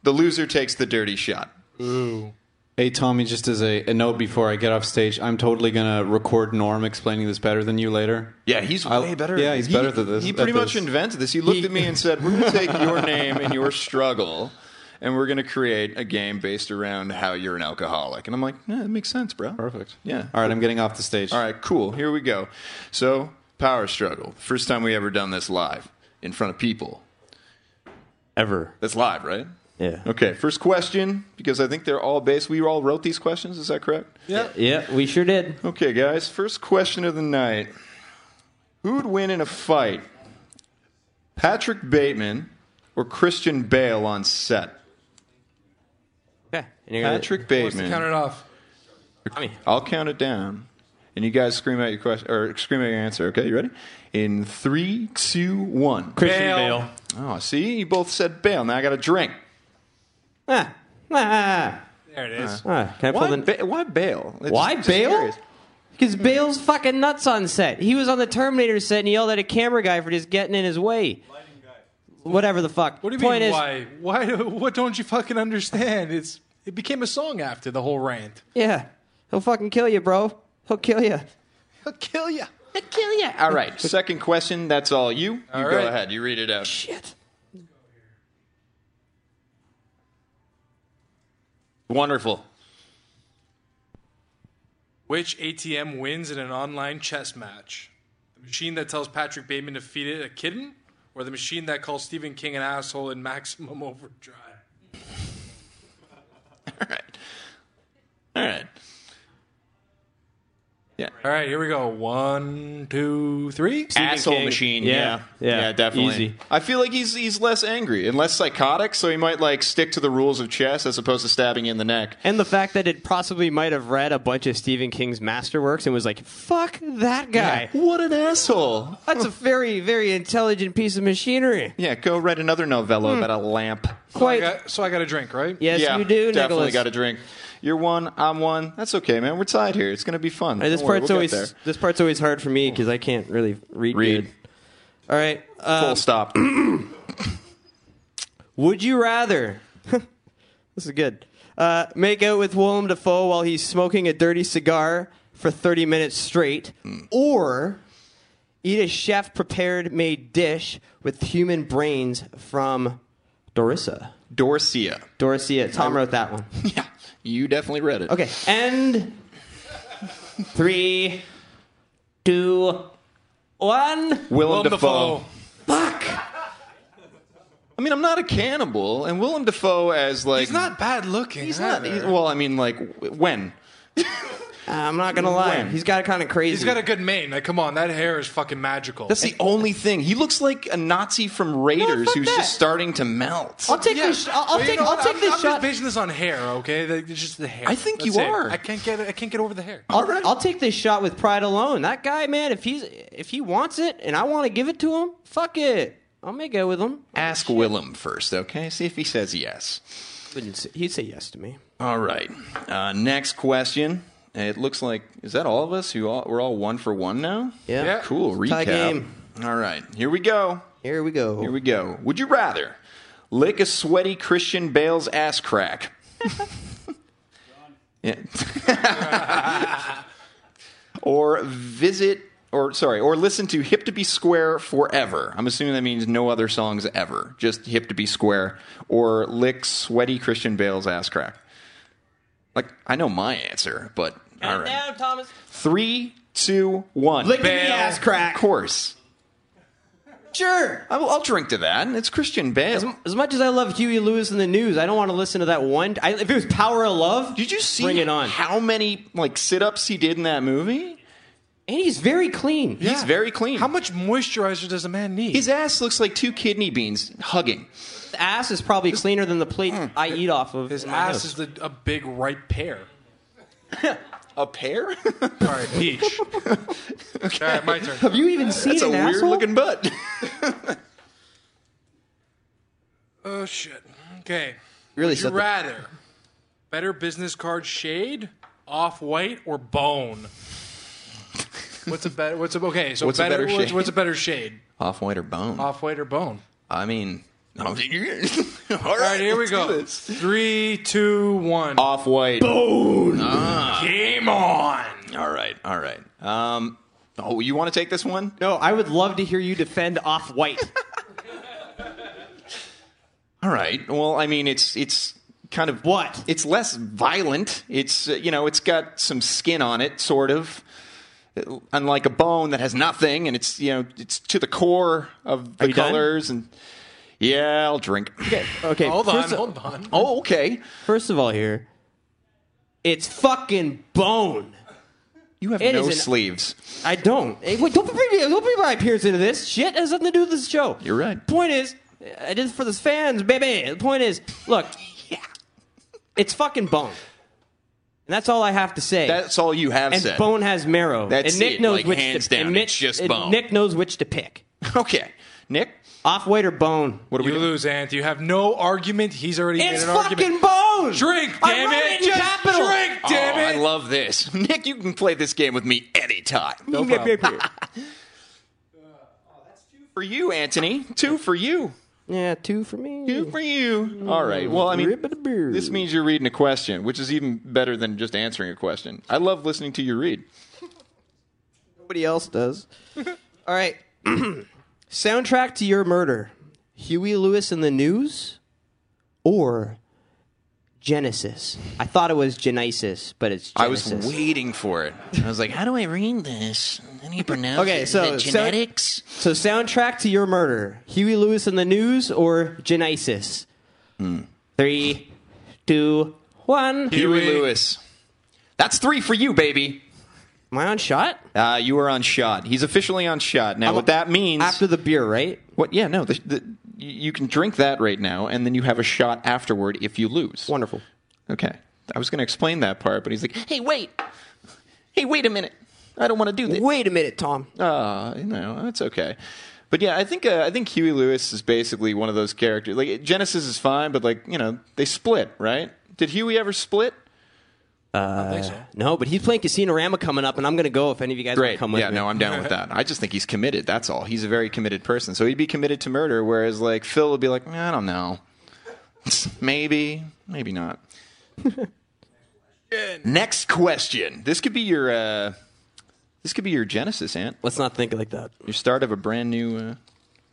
The loser takes the dirty shot.
Hey, Tommy, just as a, a note before I get off stage, I'm totally going to record Norm explaining this better than you later.
Yeah, he's
I- yeah, he's better than this-
He pretty
at
much
this.
invented this. He looked
He-
at me and said, "We're going to take your name and your struggle, and we're going to create a game based around how you're an alcoholic." And I'm like, "Yeah, that makes sense, bro."
Perfect.
Yeah.
All right, I'm getting off the stage.
All right, cool. Here we go. So, power struggle. First time we ever done this live in front of people.
Ever.
That's live, right?
Yeah.
Okay, first question, because I think they're all based. We all wrote these questions, is that correct?
Yeah, we sure did.
Okay, guys, first question of the night Who would win in a fight, Patrick Bateman or Christian Bale on set?
Okay. And you're gonna-
Patrick
Let's
Bateman.
count it off.
Tommy.
I'll count it down, and you guys scream out your question or scream out your answer. Okay, you ready? In three, two, one.
Christian
Bale.
Bale.
Oh, see, you both said bail. Now I got a drink.
Ah. Ah.
There it is.
Ah. Can I pull the?
Why, ba- why bail? It's
Why
just- just
bail?
curious.
Because Bale's fucking nuts on set. He was on the Terminator set and he yelled at a camera guy for just getting in his way. Whatever the fuck.
What do you
Point
mean
is,
why? Why? Do, what don't you fucking understand? It's it became a song after the whole rant.
Yeah, he'll fucking kill you, bro. He'll kill you.
I'll kill you.
He'll kill you. All right.
Second question. That's all you. You
All
go
right.
ahead. You read it out.
Shit.
Wonderful.
Which ATM wins in an online chess match? The machine that tells Patrick Bateman to feed it a kitten, or the machine that calls Stephen King an asshole in Maximum Overdrive?
All right. All right.
All right, here we go. One, two, three.
Asshole
King.
machine.
Yeah.
Yeah.
Yeah.
definitely.
Easy.
I feel like he's he's less angry and less psychotic, so he might like stick to the rules of chess as opposed to stabbing you in the neck.
And the fact that it possibly might have read a bunch of Stephen King's masterworks and was like, "Fuck that guy.
What an asshole.
That's a very, very intelligent piece of machinery."
Yeah, go read another novella about a lamp.
So I
Quite.
got, so I got a drink, right?
Hmm. yes,
yeah,
you do,
definitely
Nicholas.
got a drink. You're one, I'm one. That's okay, man. We're tied here. It's gonna be fun.
All right, this
Don't worry,
part's
we'll get
always this part's always hard for me because I can't really read.
Read.
good. All right.
there. full
Uh,
stop.
would you rather? this is good. Uh, make out with Willem Dafoe while he's smoking a dirty cigar for thirty minutes straight, or eat a chef prepared made dish with human brains from Dorissa.
Dorcia.
Dorcia. Tom wrote that one.
Yeah, you definitely read it.
Okay. And three, two, one.
Willem,
Willem
Dafoe.
Dafoe.
I mean, I'm not a cannibal, and Willem Dafoe as like
He's not bad looking.
He's not.
either.
he's- well, I mean, like w- when?
Uh, I'm not gonna lie.
When?
He's got it kind of crazy.
He's got a good mane. Like, come on, that hair is fucking magical.
That's the only thing. He looks like a Nazi from Raiders
fuck
who's
that.
just starting to melt.
I'll take
Yeah.
this. I'll, I'll
Well, you
take.
know
I'll
what?
take
I'm-
this
I'm
shot.
just basing this on hair, okay? Like, It's just the hair.
I think
That's
you
it.
are.
I can't get. I can't get over the hair.
I'll, I'll take this shot with pride alone. That guy, man, if he's if he wants it and I want to give it to him, fuck it. I'll make out with him.
Ask Willem first, okay? See if he says yes.
Wouldn't say, he'd say yes to me.
All right. Uh, next question. It looks like is that all of us who all, we're all one for one now?
Yeah.
Yeah.
Cool recap.
Tie game.
All right. Here we go.
Here we go.
Here we go. Would you rather lick a sweaty Christian Bale's ass crack? yeah. or visit or sorry, or listen to Hip to Be Square forever. I'm assuming that means no other songs ever, just Hip to Be Square or lick sweaty Christian Bale's ass crack. Like I know my answer, but all right.
Down, Thomas.
Three, two, one.
Lick me
Bale.
ass
Of
crack.
course.
Sure.
I will, I'll drink to that. It's Christian
As,
Bale.
as much as I love Huey Lewis and the News, I don't want to listen to that one. I, if it was Power of Love,
Did you see
Bring it on.
how many like sit-ups he did in that movie?
and he's very clean.
He's very clean.
How much moisturizer does a man need?
His ass looks like two kidney beans hugging. Hmm.
His ass is probably cleaner than the plate I eat off of.
His
in my
ass
house.
is the, a big ripe pear.
A pear?
Sorry, peach. All right, my turn.
Have you even seen
That's a
an
weird
asshole?
looking butt.
Oh shit. Okay.
Really
Would you
set the-
rather better business card shade, off white, or bone? What's a better? What's a okay? So
What's a better
what's,
shade?
what's a better shade?
Off white or bone?
Off white or bone?
I mean, all right,
All right, here we
let's do
go.
this.
Three, two, one. Ah.
Off white.
Game on.
All right, all right. Um, oh, you want to take this one?
No, I would love to hear you defend off white.
All right. Well, I mean, it's it's kind of
What?
It's less violent. It's uh, you know, it's got some skin on it, sort of. Uh, Unlike a bone that has nothing, and it's you know, it's to the core of the
you done?
colors. And yeah, I'll drink.
okay,
Hold on,
first, of-
hold on.
Oh, okay.
first of all, here, it's fucking bone.
You have
It
no
is an-
sleeves.
I don't. Hey, wait, don't bring me, don't bring my peers into this shit. It has nothing to do with this show.
You're right.
Point is, I did this for the fans, baby. The point is, look, it's fucking bone, and that's all I have to say.
That's all you have
and
said.
bone has marrow.
That's
and Nick
it,
knows
like,
which
hands
to,
down,
and Nick-
it's just
and
bone.
Nick knows which to pick.
Okay, Nick.
Off white or bone?
What do we
You
do?
lose, Ant. You have no argument. He's already
It's
made an
fucking
argument.
bone.
Drink,
I
damn
wrote
it!
in
Just
capital.
drink, damn
Oh, I
it!
love this. Nick, you can play this game with me anytime.
No problem.
For you, Anthony. Two for you.
Yeah, two for me. Mm.
Two for you. All right. Well, I mean,
Ribbit-a-boo.
this means you're reading a question, which is even better than just answering a question. I love listening to you read.
Nobody else does. All right. Soundtrack to Your Murder Huey Lewis and the News or Genesis? I thought it was Genesis, but it's
I was
Genesis.
waiting for it. I was like, how do I read this? How do you pronounce
Okay,
it? Is
so-
it
so-
genetics?
So, soundtrack to Your Murder Huey Lewis and the News or Genesis? Three, two, one.
Hmm. Huey Lewis. That's three for you, baby.
Am I on shot?
Uh, you are on shot. He's officially on shot. Now,
I'm-
what that means.
After the beer, right?
what? Yeah, no. The, the, you you can drink that right now, and then you have a shot afterward if you lose.
Wonderful.
Okay. I was going to explain that part, but he's like, hey, wait. Hey, wait a minute. I don't want to do this.
Wait a minute, Tom.
Uh, you know, that's okay. But yeah, I think uh, I think Huey Lewis is basically one of those characters. Like Genesis is fine, but like you know, they split, right? Did Huey ever split?
Uh, No, but he's playing Casinorama coming up, and I'm going to go if any of you guys want to
Great.
come with
yeah,
me.
no, I'm down with that. I just think he's committed. That's all. He's a very committed person. So he'd be committed to murder, whereas like Phil would be like, I don't know, maybe, maybe not. Next question. This could be your. Uh, this could be your Genesis, Ant.
Let's not think like that.
Your start of a brand new. Uh,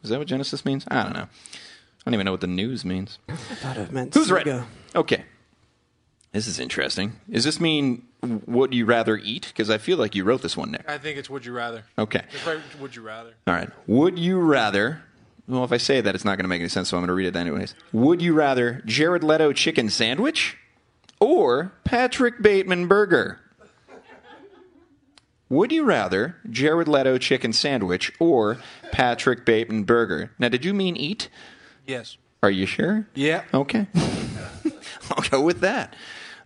is that what Genesis means? I don't know. I don't even know what the news means.
Thought it meant
Who's
Sega.
ready? Okay. This is interesting. Does this mean would you rather eat? Because I feel like you wrote this one, Nick.
I think it's Would You Rather.
Okay.
It's right, Would You Rather.
All right. Would you rather? Well, if I say that, it's not going to make any sense, so I'm going to read it anyways. Would you rather Jared Leto chicken sandwich or Patrick Bateman burger? Would you rather Jared Leto chicken sandwich or Patrick Bateman burger? Now, did you mean eat?
Yes.
Are you sure?
Yeah.
Okay. I'll go with that.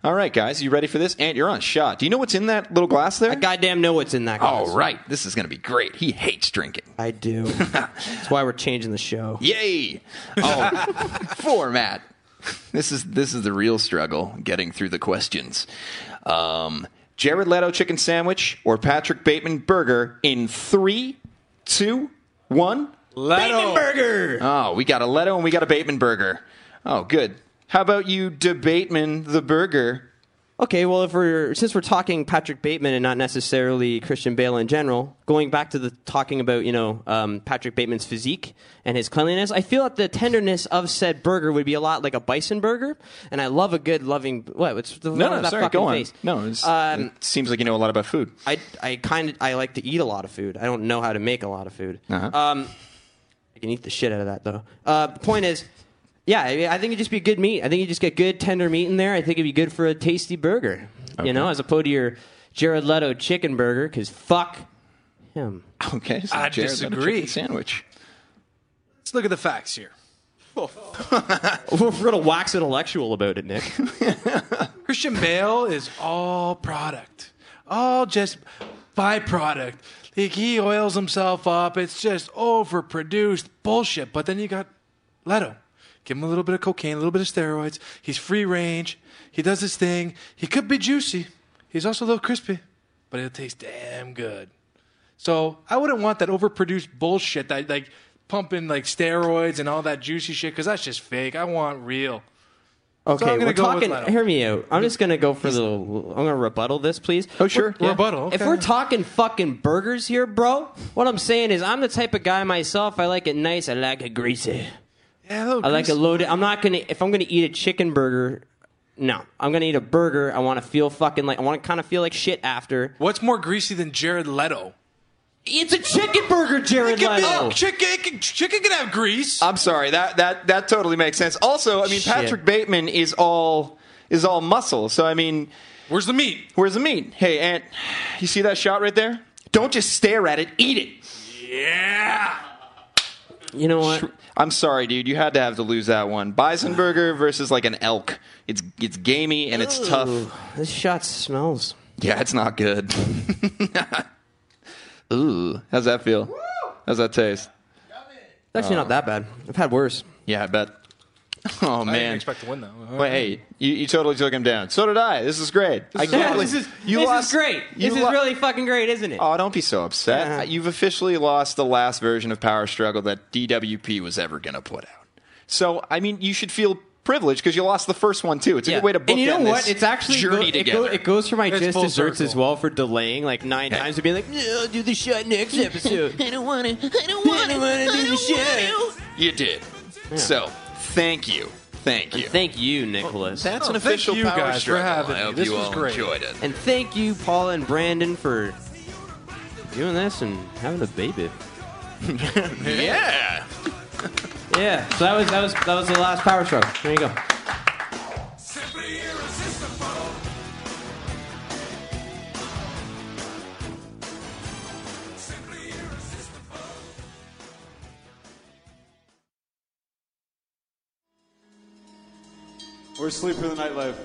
All right, guys, you ready for this? Ant, you're on shot. Do you know what's in that little glass there?
I goddamn know what's in that. Glass.
All right, this is going to be great. He hates drinking.
I do. That's why we're changing the show.
Yay! Oh, format. This is this is the real struggle getting through the questions. Um, Jared Leto chicken sandwich or Patrick Bateman burger in three, two, one.
Leto.
Burger.
Oh, we got a Leto and we got a Bateman burger. Oh, good. How about you, debateman the burger?
Okay, well, if we're since we're talking Patrick Bateman and not necessarily Christian Bale in general, going back to the talking about you know um, Patrick Bateman's physique and his cleanliness, I feel that the tenderness of said burger would be a lot like a bison burger, and I love a good loving. What? What's the
No,
what
no,
that
sorry,
fucking
go on.
face?
No, it's,
Um,
it seems like you know a lot about food.
I I kind of I like to eat a lot of food. I don't know how to make a lot of food.
Uh-huh.
Um, I can eat the shit out of that though. Uh, the point is, yeah, I, mean, I think it'd just be good meat. I think you just get good tender meat in there. I think it'd be good for a tasty burger. You know, as opposed to your Jared Leto chicken burger, because fuck him.
Okay, so
I
Jared Leto
disagree.
chicken sandwich.
Let's look at the facts here.
We're gonna wax intellectual about it, Nick.
Christian Bale is all product, all just byproduct. Like he oils himself up. It's just overproduced bullshit. But then you got Leto. Give him a little bit of cocaine, a little bit of steroids. He's free range. He does his thing. He could be juicy. He's also a little crispy, but it'll taste damn good. So I wouldn't want that overproduced bullshit that like pumping like steroids and all that juicy shit because that's just fake. I want real.
Okay,
gonna
we're
go with
talking.
Leto.
Hear me out. I'm just gonna go for the. I'm gonna rebuttal this, please.
Oh, sure.
We're- Rebuttal.
If
okay.
we're talking fucking burgers here, bro, what I'm saying is I'm the type of guy myself. I like it nice. I like it greasy.
Yeah, a little
I like it
Oh, greasy.
loaded. I'm not gonna. If I'm gonna eat a chicken burger, no, I'm gonna eat a burger. I want to feel fucking like. I want to kind of feel like shit after.
What's more greasy than Jared Leto?
It's a chicken burger, Jared Leto.
chicken, chicken, chicken can have grease.
I'm sorry. That that that totally makes sense. Also, I mean,
Shit.
Patrick Bateman is all is all muscle. So I mean,
Where's the meat?
where's the meat? Hey, Aunt, you see that shot right there? Don't just stare at it. Eat it.
You know what?
I'm sorry, dude. You had to have to lose that one. Bison burger versus like an elk. It's it's gamey and it's tough.
This shot smells.
Yeah, it's not good. Ooh, how's that feel? How's that taste?
It's actually not that bad. I've had worse.
Yeah, I bet. Oh
I didn't
man.
expect to win though.
But hey, you, you totally took him down. So did I. This is great. I can't believe-
this is
you
this
lost-
is great.
you
This is
lo-
really fucking great, isn't it?
Oh, don't be so upset. You've officially lost the last version of Power Struggle that DWP was ever going to put out. So, I mean, you should feel privileged because you lost the first one too. It's a
Yeah.
good way to book
And you know what?
This
It's actually it
journey
go- it,
together.
go- it goes for my just
full
desserts as
circle.
well for delaying like nine times and being like, "Yeah, I'll do the shot next episode. I don't want to. I don't want to. do the shot.
you did. So, thank you, thank you.
Thank you, Nicholas,
That's an
Oh, thank
official
you
Power
guys for
Struggle.
having
I
me.
hope
This
you
was
all
great.
enjoyed it.
and thank you, Paula and Brandon, for doing this and having a baby.
Yeah.
Yeah. So that was that was that was the last power struggle. There you go.
Simply irresistible. Simply irresistible.
We're asleep for the nightlife.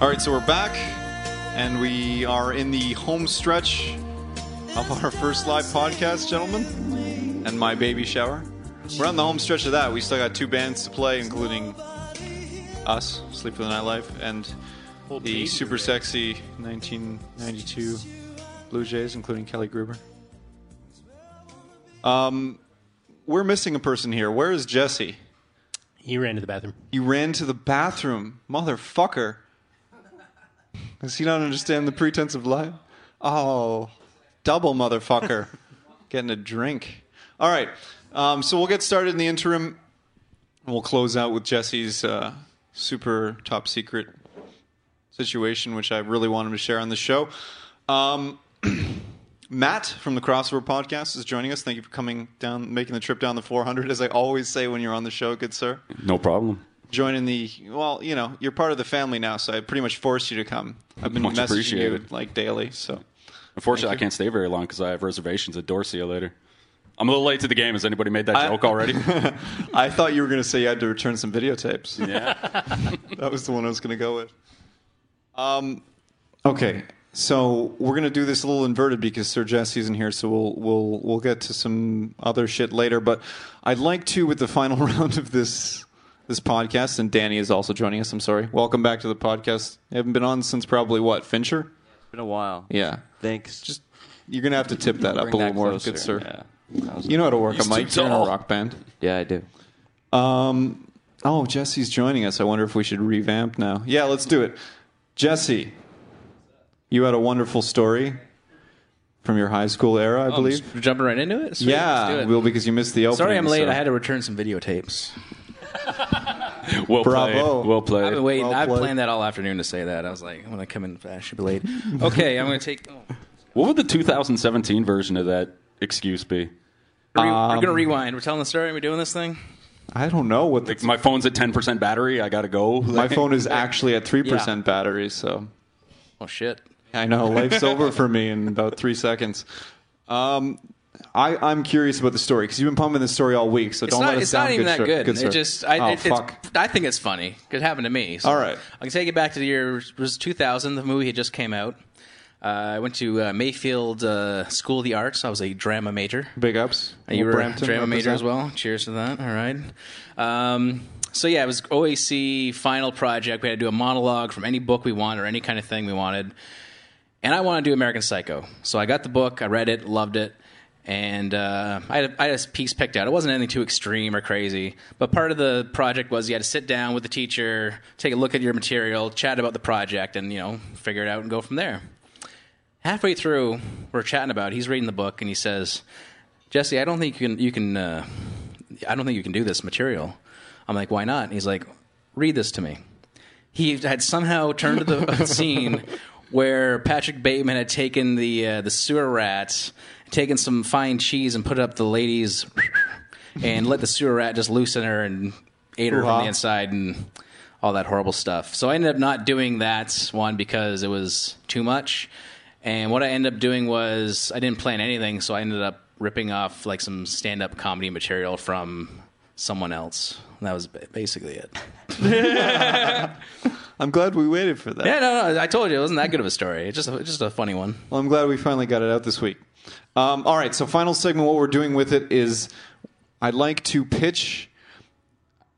All right, so we're back, and we are in the home stretch of our first live podcast, gentlemen, and my baby shower. We're on the home stretch of that. We still got two bands to play, including us, Sleep for the Nightlife, and the super sexy 1992 Blue Jays, including Kelly Gruber. Um, we're missing a person here. Where is Jesse?
He ran to the bathroom.
You ran to the bathroom, motherfucker. Does he not understand the pretense of life? Oh, double motherfucker. Getting a drink. All right. Um, so we'll get started in the interim. We'll close out with Jesse's uh, super top secret situation, which I really want him to share on the show. Um, Matt from the Crossover Podcast is joining us. Thank you for coming down, making the trip down the 400, as I always say when you're on the show, good sir
No problem.
joining the well you know you're part of the family now so i pretty much forced you to come i've been
Much
messaging you
appreciated.
like daily so
Unfortunately, I can't stay very long because I have reservations at Dorsia later. I'm a little late to the game. Has anybody made that
I-
joke already?
i thought you were going to say you had to return some videotapes
yeah.
that was the one i was going to go with um Okay, so we're gonna do this a little inverted because Sir Jesse's in here, so we'll we'll we'll get to some other shit later. But I'd like to, with the final round of this this podcast, and Danny is also joining us. I'm sorry. Welcome back to the podcast. You haven't been on since probably what Fincher?
been a while.
Yeah.
Thanks. Just
You're gonna have to tip that up a
Bring
little
that
more,
closer,
good sir.
yeah. That was-
You know how to work a
He's
mic.
too
You're in a
tall.
rock band.
yeah, I do.
Um, oh, Jesse's joining us. I wonder if we should revamp now. Yeah, let's do it. Jesse, you had a wonderful story from your high school
Oh,
era, I believe.
Just jumping right into it. Sweet, let's do
yeah,
it.
well, because you missed the opening.
Sorry, I'm late.
so-
I had to return some videotapes.
Well
Bravo.
played. Well
I've been
played.
waiting.
Well
I've
played.
planned that all afternoon to say that. I was like, when I come in, I should be late. Okay, I'm going to take. oh.
What would the 2017 version of that excuse be?
Re- we're
Um,
going to rewind. We're telling the story. Are we doing this thing?
I don't know what the,
Like my phone's at 10% battery. I gotta go.
my phone is actually at three percent battery, so
Oh shit.
I know life's over for me in about three seconds. Um, I, I'm curious about the story because you've been pumping this story all week, so
It's
don't
not.
let it
It's
sound
not even
good.
that
sir-
good.
sir.
It just. I,
oh
it- it's-
fuck!
I think it's funny. It happened to me. so
All right.
I can take you back to the year it was 2000. The movie had just came out. Uh, I went to uh, Mayfield uh, School of the Arts. I was a drama major.
Big ups.
And you were
Brampton
a drama major
represent.
as well. Cheers to that. All right. Um, so yeah, it was OAC final project. We had to do a monologue from any book we wanted or any kind of thing we wanted. And I wanted to do American Psycho. So I got the book. I read it. Loved it. And uh, I, had a, I had a piece picked out. It wasn't anything too extreme or crazy, but part of the project was you had to sit down with the teacher, take a look at your material, chat about the project, and you know figure it out and go from there. Halfway through, we're chatting about. it. He's reading the book and he says, Jesse, I don't think you can. You can. Uh, I don't think you can do this material. I'm like, why not? And he's like, read this to me. He had somehow turned to the scene where Patrick Bateman had taken the uh, the sewer rats, taken some fine cheese, and put it up the lady's, and let the sewer rat just loosen her and ate her
Ooh-ha.
from the inside and all that horrible stuff. So I ended up not doing that one because it was too much. And what I ended up doing was I didn't plan anything, so I ended up ripping off like some stand up comedy material from someone else. And that was ba- basically it.
I'm glad we waited for that.
Yeah, no, no. I told you it wasn't that good of a story. It's just a, it's just a funny one.
Well, I'm glad we finally got it out this week. Um, all right, so final segment. What we're doing with it is, I'd like to pitch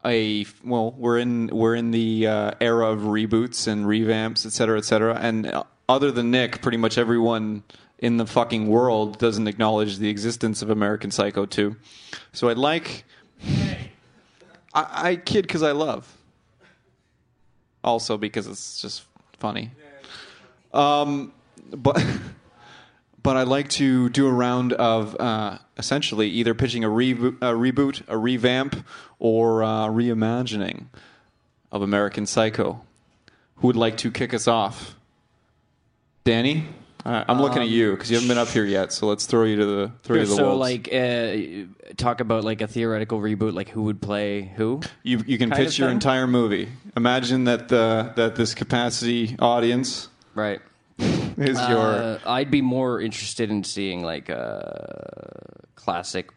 a well. We're in we're in the uh, era of reboots and revamps, et cetera, et cetera. And uh, other than Nick, pretty much everyone in the fucking world doesn't acknowledge the existence of American Psycho 2. So I'd like, I, I kid because I love. Also because it's just funny. Um, but but I'd like to do a round of uh, essentially either pitching a, rebo- a reboot, a revamp, or uh, reimagining of American Psycho. Who would like to kick us off? Danny, uh, I'm looking at you because you haven't been up here yet, so let's throw you to the throw you to the
Um, so,
wolves.
like, uh, talk about like a theoretical reboot. Like, who would play who?
you you can
kind
pitch
of
your
thing?
entire movie. Imagine that the that this capacity audience
Right.
is your
Uh, I'd be more interested in seeing like a classic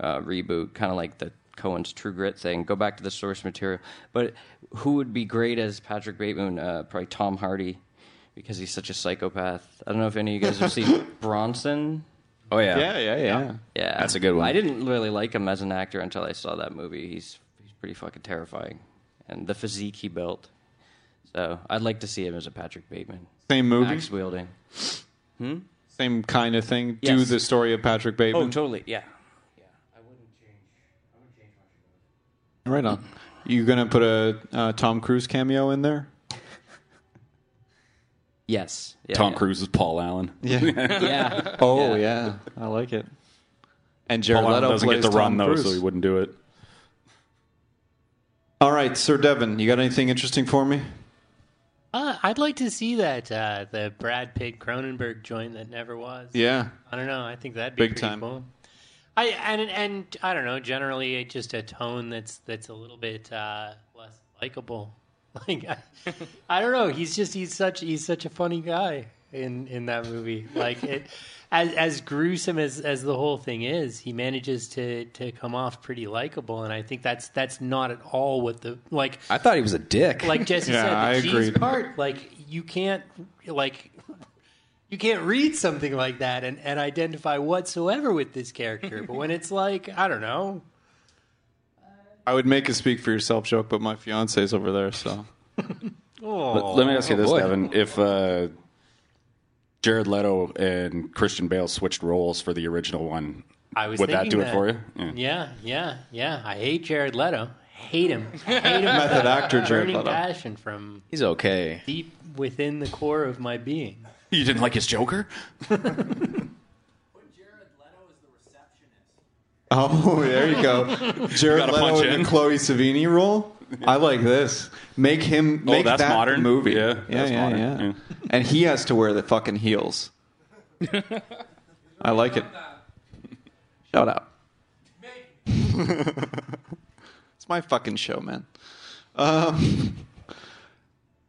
uh, reboot, kind of like the Cohen's True Grit thing. Go back to the source material. But who would be great as Patrick Bateman? Uh, probably Tom Hardy, because he's such a psychopath. I don't know if any of you guys have seen Bronson.
Oh yeah,
yeah yeah yeah.
Yeah,
That's a good one.
I didn't really like him as an actor until I saw that movie. He's he's pretty fucking terrifying, and the physique he built. So I'd like to see him as a Patrick Bateman,
Same movie,
axe wielding. Hmm?
same kind of thing. Do
Yes.
the story of Patrick Bateman.
Oh, totally. Yeah.
Right on. You gonna put a uh, Tom Cruise cameo in there?
Yes. Yeah,
Tom
yeah.
Cruise is Paul Allen.
Yeah.
Yeah.
oh yeah. I like it. And Jared
Paul Allen
Leto
doesn't get
plays
to
Tom
run though,
Cruise.
so he wouldn't do it.
All right, Sir Devin, you got anything interesting for me?
Uh, I'd like to see that uh, the Brad Pitt Cronenberg joint that never was.
Yeah.
I don't know. I think that'd be
Big
pretty
time.
cool. I and and I don't know. Generally, it's just a tone that's that's a little bit uh, less likable. Like I, I don't know. He's just he's such he's such a funny guy. in in that movie. Like it, as as gruesome as as the whole thing is, he manages to to come off pretty likable, and I think that's that's not at all what the like.
I thought he was a dick.
Like Jesse
Yeah,
said, the
I
cheese
agreed.
part, like you can't like you can't read something like that and, and identify whatsoever with this character. but when it's like, I don't know,
I would make a speak for yourself joke, but my fiance's over there, so.
Let, let me
Oh,
ask you
Oh,
this, Devin. If uh, Jared Leto and Christian Bale switched roles for the original one,
I was
would that do
thinking
it for you?
Yeah. yeah, yeah, I hate Jared Leto. Hate him. Hate him.
Method
with a
actor Jared
burning
Leto.
passion from
He's okay.
deep within the core of my being.
You didn't like his Joker?
Oh, there you go. Jared
gotta
Leto
punch
in
in.
the Chloe Savini role. I like this. Make him.
Oh,
Make
that's
that the
modern?
movie.
Yeah,
yeah,
that's
yeah,
modern.
yeah.
Yeah.
And he has to wear the fucking heels. I like it. Shout out. it's my fucking show, man. Um,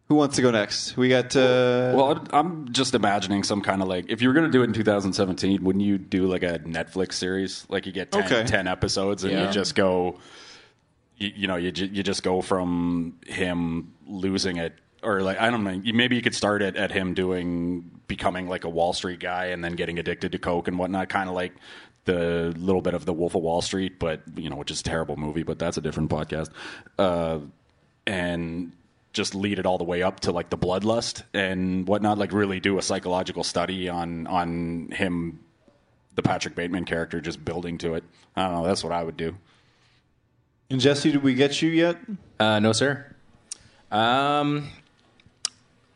who wants to go next? We got. Uh,
Well, I'm- I'm just imagining some kind of like if you were going to do it in 2017, wouldn't you do like a Netflix series? Like you get 10,
Okay.
10 episodes and
Yeah.
you just go, you, you know, you ju- you just go from him losing it or like I don't know. you- Maybe you could start it at him doing becoming like a Wall Street guy and then getting addicted to coke and whatnot, kind of like the little bit of the Wolf of Wall Street, but you know, which is a terrible movie, but that's a different podcast. Uh, and just lead it all the way up to like the bloodlust and whatnot. Like really do a psychological study on on him, the Patrick Bateman character, just building to it. I don't know. That's what I would do.
and Jesse, did we get you yet?
Uh, no, sir. Um,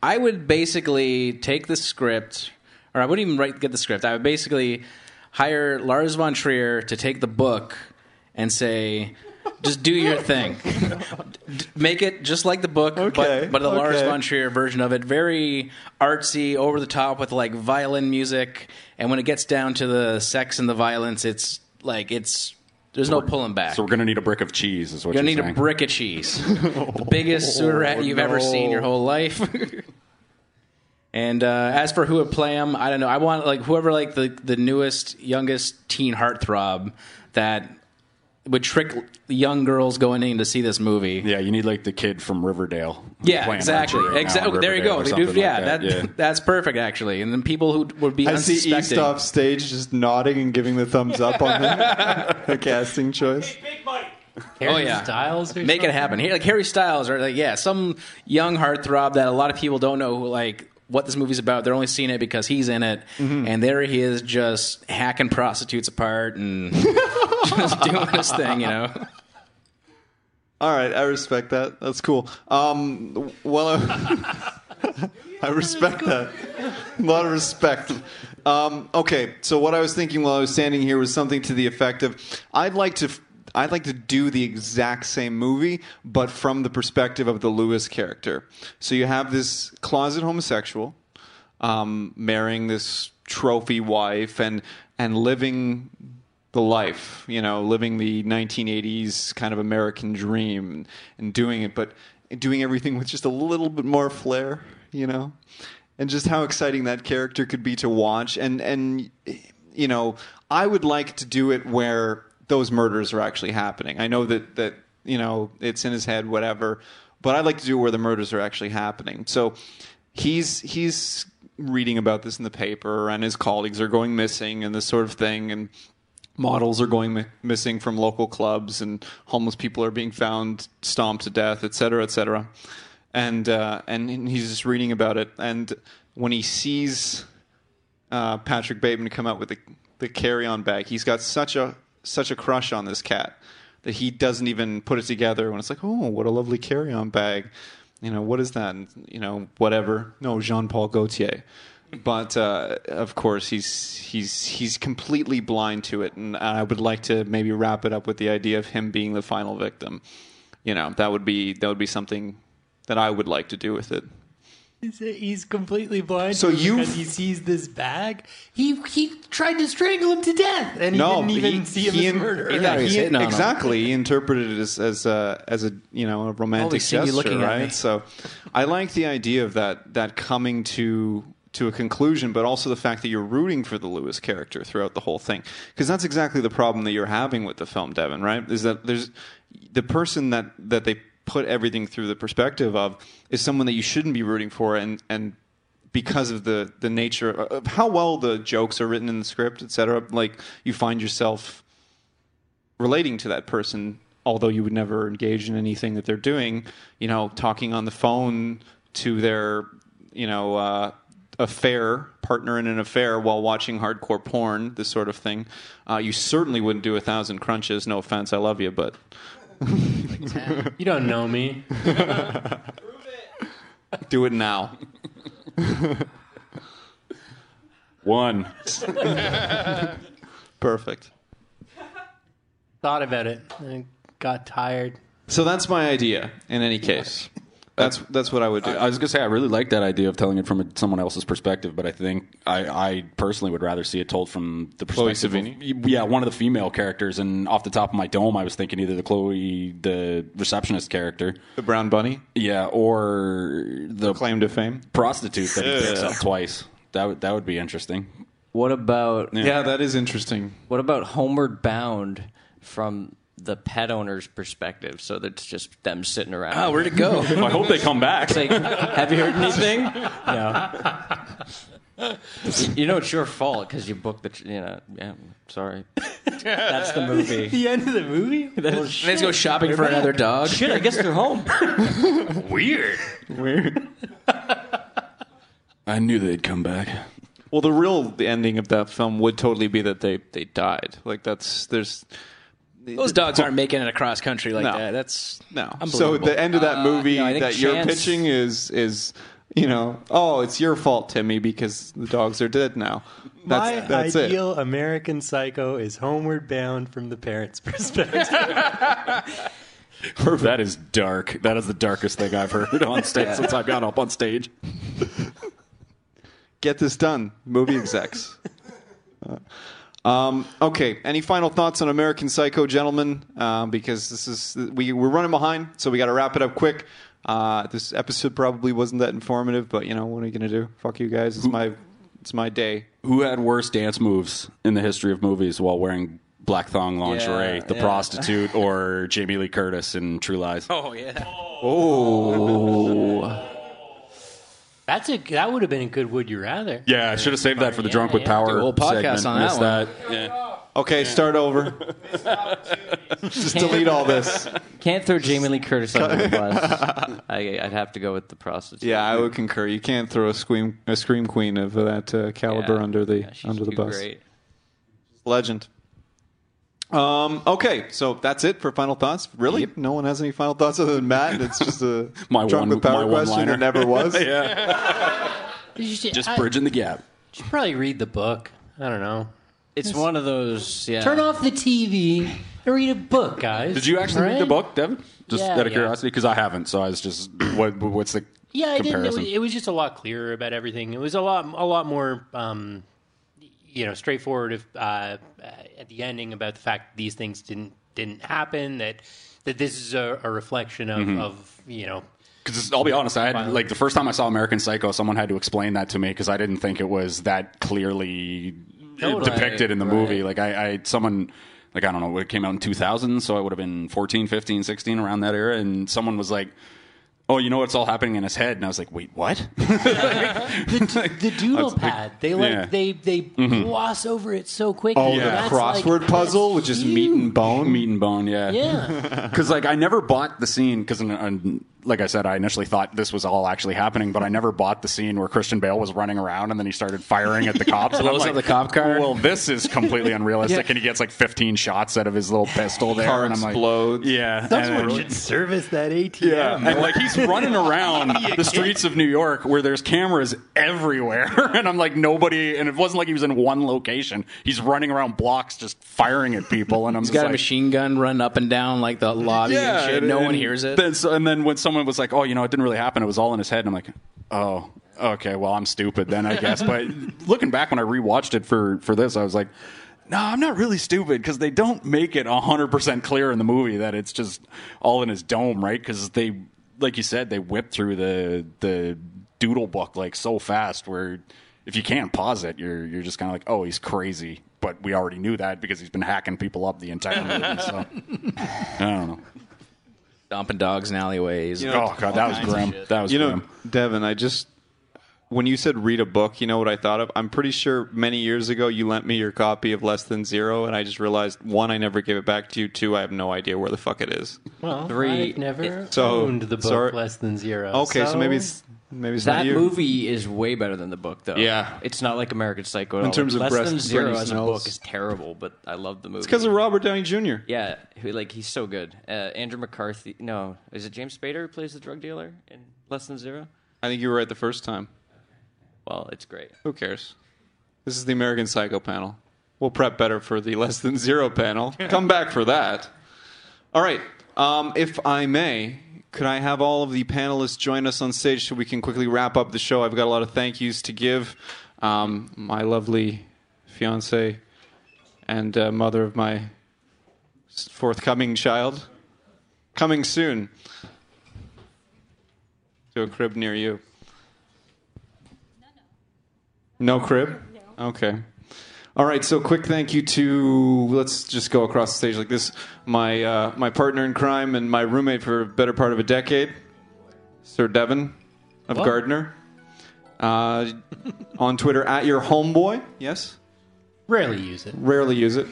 I would basically take the script, or I wouldn't even write get the script. I would basically hire Lars von Trier to take the book and say, "Just do your thing, D- make it just like the book,
Okay,
but but the Lars
okay.
von Trier version of it, very artsy, over the top with like violin music. And when it gets down to the sex and the violence, it's like it's there's no pulling back.
So we're gonna need a brick of cheese. Is what
You're
you're,
gonna need
saying.
a brick of cheese, the biggest
Oh,
sewer rat you've ever seen your whole life. and uh, as for who would play him, I don't know. I want like whoever like the the newest, youngest teen heartthrob that would trick young girls going in to see this movie.
Yeah, you need like the kid from Riverdale.
Yeah,
Playing
exactly.
Archie right now in
exactly. There you
Riverdale
go.
or
They do-
something like
yeah,
that, yeah.
that's perfect actually. And then people who would be
I see
unsuspecting.
East off stage just nodding and giving the thumbs up on him. the casting choice.
Harry
oh yeah,
Styles or
make it happen. Here, like Harry Styles, or like yeah, some young heartthrob that a lot of people don't know like what this movie's about. They're only seeing it because he's in it,
Mm-hmm.
and there he is just hacking prostitutes apart and just doing his thing, you know.
All right, I respect that. That's cool. Um, well, I, I respect that. A lot of respect. Um, okay, so what I was thinking while I was standing here was something to the effect of, I'd like to. f- I'd like to do the exact same movie, but from the perspective of the Lewis character. So you have this closet homosexual um, marrying this trophy wife and and living the life, you know, living the 1980s kind of American dream and doing it, but doing everything with just a little bit more flair, you know, and just how exciting that character could be to watch. And and you know, I would like to do it where those murders are actually happening. I know that that you know it's in his head, whatever, but I'd like to do it where the murders are actually happening. So he's he's reading about this in the paper and his colleagues are going missing and this sort of thing and models are going mi- missing from local clubs and homeless people are being found stomped to death et cetera et cetera and uh, and he's just reading about it and when he sees uh, Patrick Bateman come out with the, the carry-on bag. He's got such a such a crush on this cat that he doesn't even put it together when it's like, oh, what a lovely carry-on bag. You know what is that? And, you know whatever. No, Jean Paul Gaultier. But uh, of course, he's he's he's completely blind to it, and I would like to maybe wrap it up with the idea of him being the final victim. You know that would be that would be something that I would like to do with it.
He's, he's completely blind.
So you-
because he sees this bag. He he tried to strangle him to death, and he didn't even see him as
in-
murder.
yeah,
Yeah, he's
he-
hitting on him.
exactly. He interpreted it as as a as a you know a romantic
Always see you
gesture,
looking at me.
right? So, I like the idea of that that coming to to a conclusion, but also the fact that you're rooting for the Lewis character throughout the whole thing. Because that's exactly the problem that you're having with the film, Devin, right? Is that there's the person that, that they put everything through the perspective of is someone that you shouldn't be rooting for and, and because of the the nature of how well the jokes are written in the script, et cetera, like you find yourself relating to that person, although you would never engage in anything that they're doing. You know, talking on the phone to their you know uh, affair partner in an affair while watching hardcore porn, this sort of thing. Uh, you certainly wouldn't do a thousand crunches. No offense, I love you, but
You don't know me.
do it now.
One.
Perfect.
Thought about it. And got tired.
So that's my idea. In any case, that's that's what I would do.
I was gonna say I really like that idea of telling it from a, someone else's perspective, but I think I, I personally would rather see it told from the
Chloe
perspective of yeah one of the female characters. And off the top of my dome, I was thinking either the Chloe, the receptionist character,
the brown bunny
yeah, or the
claim to fame.
prostitute that he picks up twice. That would that would be interesting.
What about
Yeah, that is interesting.
what about Homeward Bound from the pet owner's perspective? So that's just them sitting around.
Ah,
Oh, where'd it go?
I hope they come back.
It's like, have you heard anything? No. You know it's your fault because you booked the. tr- You know, yeah. Sorry. That's the movie.
The end of the movie?
Let's go shopping for another dog.
Shit, I guess they're home.
Weird.
I knew they'd come back.
Well, the real ending of that film would totally be that they they died. Like that's there's
Those dogs aren't making it across country like
No.
that. That's
no. So
Unbelievable.
the end of that
Uh,
movie
no, I think
that you're
Chance-
pitching is is you know oh it's your fault Timmy because the dogs are dead now.
My
That's that's it.
ideal American psycho is homeward bound from the parents' perspective.
That is dark. That is the darkest thing I've heard on stage since I've gone up on stage.
Get this done, movie execs. Uh, um, okay. Any final thoughts on American Psycho, gentlemen? Um, because this is we we're running behind, so we got to wrap it up quick. Uh, this episode probably wasn't that informative, but you know what are you gonna do? Fuck you guys. It's my it's my day.
Who had worse dance moves in the history of movies while wearing black thong lingerie?
Yeah,
the
yeah.
prostitute or Jamie Lee Curtis in True Lies?
oh yeah. Oh.
That's a, that would have been a good Would You Rather.
Yeah, I should have saved that for the
Yeah,
drunk with
yeah.
power
Do a whole podcast
segment.
on that
Missed
one.
Yeah.
Okay, start over. Just delete all this.
Can't throw Jamie Lee Curtis under the bus. I, I'd have to go with the prostitute.
Yeah, I would concur. You can't throw a scream a scream queen of that uh, caliber
Yeah.
under the
Yeah, she's
under the
too
bus.
great.
Legend. Um, okay, so that's it for final thoughts. Really, no one has any final thoughts other than Matt. It's just a
My one-
drunk with power
my
question
one-liner.
that never was.
yeah.
You should,
Just
I-
bridging the gap.
should probably read the book. I don't know.
It's one of those. Yeah.
Turn off the TV and read a book, guys.
Did you actually read the
Right?
book, Devin? Just
Yeah,
out of
yeah.
curiosity, because I haven't. So I was just, what, what's the
Yeah, I didn't. It
comparison?
was, it was just a lot clearer about everything. It was a lot, a lot more, um, you know, straightforward. If uh, at the ending about the fact that these things didn't didn't happen, that that this is a, a reflection of,
Mm-hmm.
of you know,
Because I'll be honest, I had like the first time I saw American Psycho, someone had to explain that to me because I didn't think it was that clearly
Totally.
depicted in the
Right.
movie. Like I, I someone like I don't know, it came out in 2000, so I would have been 14, 15, 16 around that era, and someone was like. Oh, you know what's all happening in his head, and I was like, "Wait, what?"
the, the doodle pad. They like
yeah. Mm-hmm.
they they gloss over it so quickly.
Oh,
Yeah.
the
That's
crossword
like-
puzzle with
that's
just meat and bone.
Meat and bone, yeah,
Yeah,
Because like I never bought the scene because like I said, I initially thought this was all actually happening, but I never bought the scene where Christian Bale was running around and then he started firing at the cops. and I'm
Blows up
like,
the cop car.
Well, this is completely unrealistic, and he gets like 15 shots out of his little pistol there.
Car
and I'm like,
explodes.
yeah,
Someone
and-
should service that ATM.
yeah, and like he's running around the streets of New York where there's cameras everywhere, and I'm like nobody, and it wasn't like he was in one location. He's running around blocks just firing at people, and I'm
He's
just
got a
like,
machine gun running up and down like the lobby and shit. No one hears it.
Then, so, and then when someone was like, "Oh, you know, it didn't really happen. It was all in his head," and I'm like, "Oh, okay. Well, I'm stupid then, I guess." but looking back when I rewatched it for for this, I was like, "No, I'm not really stupid because they don't make it 100 percent clear in the movie that it's just all in his dome, right? Because they, like you said, they whip through the the doodle book like so fast where." if you can't pause it, you're you're just kind of like, oh, he's crazy. But we already knew that because he's been hacking people up the entire movie. So I don't know.
Dumping dogs in alleyways.
You know,
oh god, that was
all kinds of
grim.
shit.
That was
you know,
grim.
Devin. I just when you said read a book, you know what I thought of? I'm pretty sure many years ago you lent me your copy of Less Than Zero, and I just realized one, I never gave it back to you. Two, I have no idea where the fuck it is.
Well,
Three-
I've never
So,
owned the book
sorry.
less than zero.
Okay, so, maybe it's maybe it's
that
not you.
movie is way better than the book, though.
Yeah.
it's not like American Psycho. At
In
all.
terms of
less
breast-
than zero
Britney
as a
Snows.
book is terrible, but I love the movie.
It's because of Robert Downey Jr.
yeah, who, like he's so good. Uh, Andrew McCarthy. No, is it James Spader who plays the drug dealer in Less Than Zero?
I think you were right the first time.
Well, it's great.
Who cares? This is the American Psycho panel. We'll prep better for the Less Than Zero panel. Come back for that. All right. Um, if I may, could I have all of the panelists join us on stage so we can quickly wrap up the show? I've got a lot of thank yous to give. Um, my lovely fiance and uh, mother of my s- forthcoming child, coming soon to a crib near you. No crib? Okay. All right, so quick thank you to let's just go across the stage like this. My uh, my partner in crime and my roommate for a better part of a decade, Sir Devin of
What?
Gardner. Uh, on Twitter at your homeboy, yes?
Rarely use it.
Rarely use it.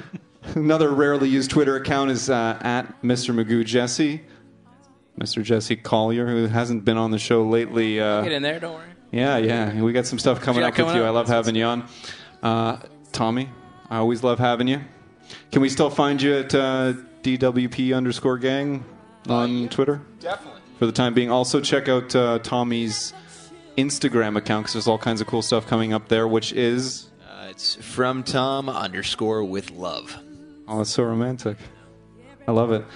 Another rarely used Twitter account is uh, at Mr. Magoo Jesse. Mr. Jesse Collier, who hasn't been on the show lately. Uh,
Get in there, don't worry.
yeah, yeah. We got some stuff coming
Yeah,
up with
coming
you.
up.
I love having you on. Uh, Tommy, I always love having you. Can we still find you at uh, DWP underscore gang on Twitter?
Oh, Definitely.
For the time being. Also, check out uh, Tommy's Instagram account because there's all kinds of cool stuff coming up there, which is.
Uh, it's from Tom underscore with love.
Oh, that's so romantic. I love it.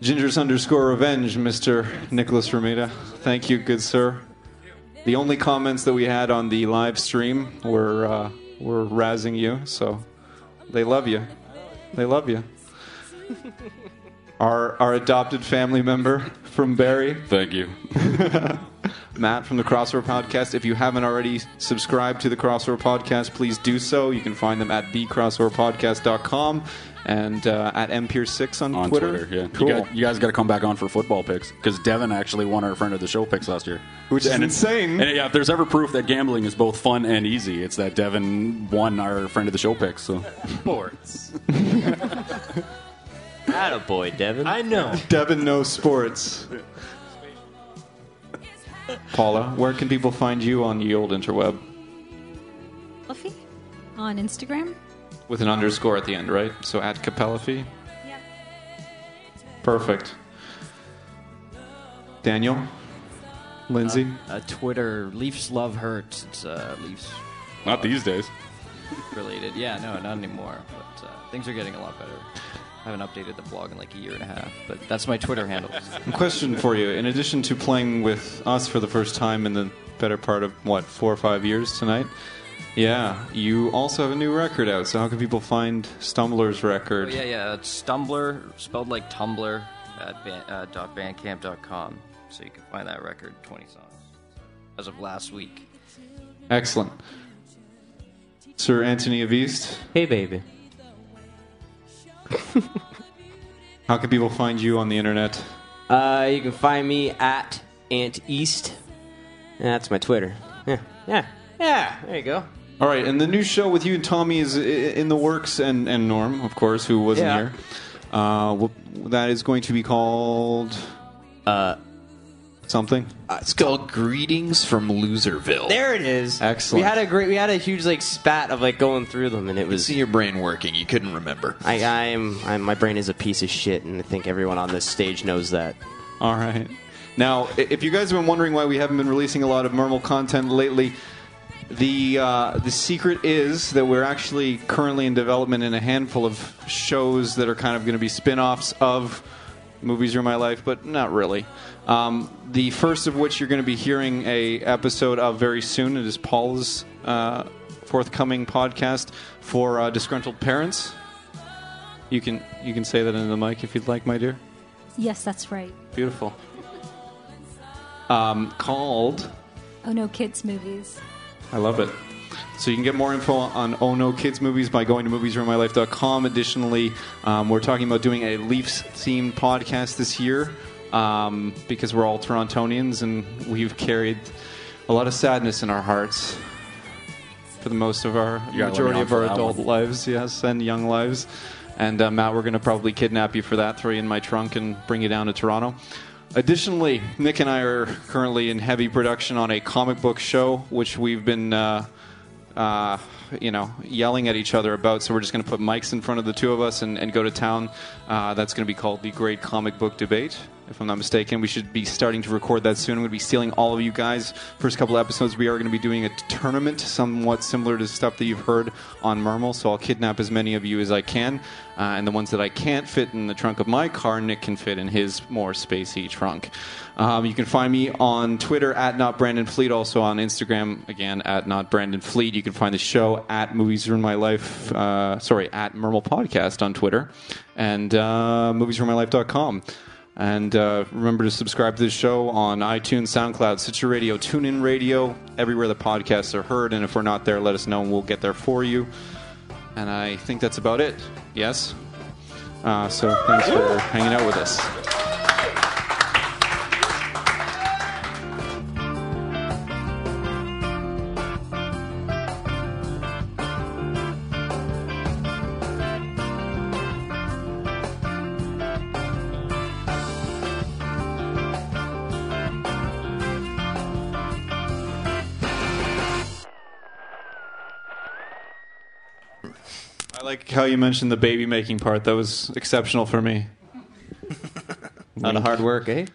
Gingers underscore revenge, Mr. Nicholas Ramita. Thank you, good sir. The only comments that we had on the live stream were uh, were razzing you, so they love you. They love you. Our our adopted family member from Barry.
Thank you.
Matt from the Crossover Podcast. If you haven't already subscribed to the Crossover Podcast, please do so. You can find them at thecrossoverpodcast.com and uh, at mpeer6 on,
on
Twitter.
Twitter. yeah.
Cool.
You, got, you guys got to come back on for football picks because Devin actually won our friend of the show picks last year,
Which is
And it-
insane.
And yeah, if there's ever proof that gambling is both fun and easy, it's that Devin won our friend of the show picks. So
Sports.
Attaboy, Devin.
I know.
Devin knows sports. Paula, where can people find you on the old interweb?
Fluffy on Instagram.
With an underscore at the end, right? So at Capella Fee?
Yep.
Perfect. Daniel? Lindsay?
Uh, Twitter Leafs love hurts. It's uh, Leafs
not these days.
related. Yeah, no, not anymore. But uh, things are getting a lot better. I haven't updated the blog in like a year and a half, but that's my Twitter handle.
Question for you. In addition to playing with us for the first time in the better part of, what, four or five years tonight? Yeah, you also have a new record out. So, how can people find Stumbler's
Oh,
record?
yeah, yeah. It's Tumblr, spelled like Tumblr, at ban- uh, dot bandcamp.com. So you can find that record, 20 songs, as of last week.
Excellent. Sir Anthony of East,
Hey, baby.
how can people find you on the internet?
Uh, you can find me at Ant East. And that's my Twitter. Yeah, yeah, yeah. There you go.
All right, and the new show with you and Tommy is i- in the works, and, and Norm, of course, who wasn't
Yeah.
here. Uh, well, that is going to be called
uh,
something.
Uh, it's called Greetings from Loserville.
There it is.
Excellent.
We had a great. We had a huge like spat of like going through them, and it was.
See your brain working. You couldn't remember.
I, I'm, I'm. My brain is a piece of shit, and I think everyone on this stage knows that.
All right. Now, i- if you guys have been wondering why we haven't been releasing a lot of Mermal content lately, the uh, the secret is that we're actually currently in development in a handful of shows that are kind of going to be spin-offs of movies are my life, but not really. Um, the first of which you're going to be hearing a episode of very soon. It is Paul's uh, forthcoming podcast for uh, disgruntled parents. You can you can say that into the mic if you'd like, my dear.
Yes, that's right.
Beautiful. Um, called
Oh no, kids movies.
I love it. So you can get more info on Oh No Kids movies by going to moviesruinmylife.com. Additionally, um, we're talking about doing a Leafs themed podcast this year um, because we're all Torontonians and we've carried a lot of sadness in our hearts for the most of our
You gotta let me
majority
on
of
for
our
that
adult
one.
lives, yes, and young lives. And uh, Matt, we're going to probably kidnap you for that, throw you in my trunk, and bring you down to Toronto. Additionally, Nick and I are currently in heavy production on a comic book show, which we've been, uh, uh, you know, yelling at each other about. So we're just going to put mics in front of the two of us and, and go to town. Uh, that's going to be called the Great Comic Book Debate, if I'm not mistaken. We should be starting to record that soon. I'm going to be stealing all of you guys. First couple episodes, we are going to be doing a tournament, somewhat similar to stuff that you've heard on Mermal. So I'll kidnap as many of you as I can, uh, and the ones that I can't fit in the trunk of my car, Nick can fit in his more spacey trunk. Um, you can find me on Twitter at not Brandon Fleet, also on Instagram again at not Brandon Fleet. You can find the show at Movies Ruin My Life, uh, sorry at Mermal Podcast on Twitter, and uh, moviesruinmylife.com. And uh, remember to subscribe to the show on iTunes, SoundCloud, Stitcher Radio, TuneIn Radio, everywhere the podcasts are heard. And if we're not there, let us know and we'll get there for you. And I think that's about it. Yes? Uh, so thanks for hanging out with us. I like how you mentioned the baby making part. That was exceptional for me.
Lot of hard work, eh?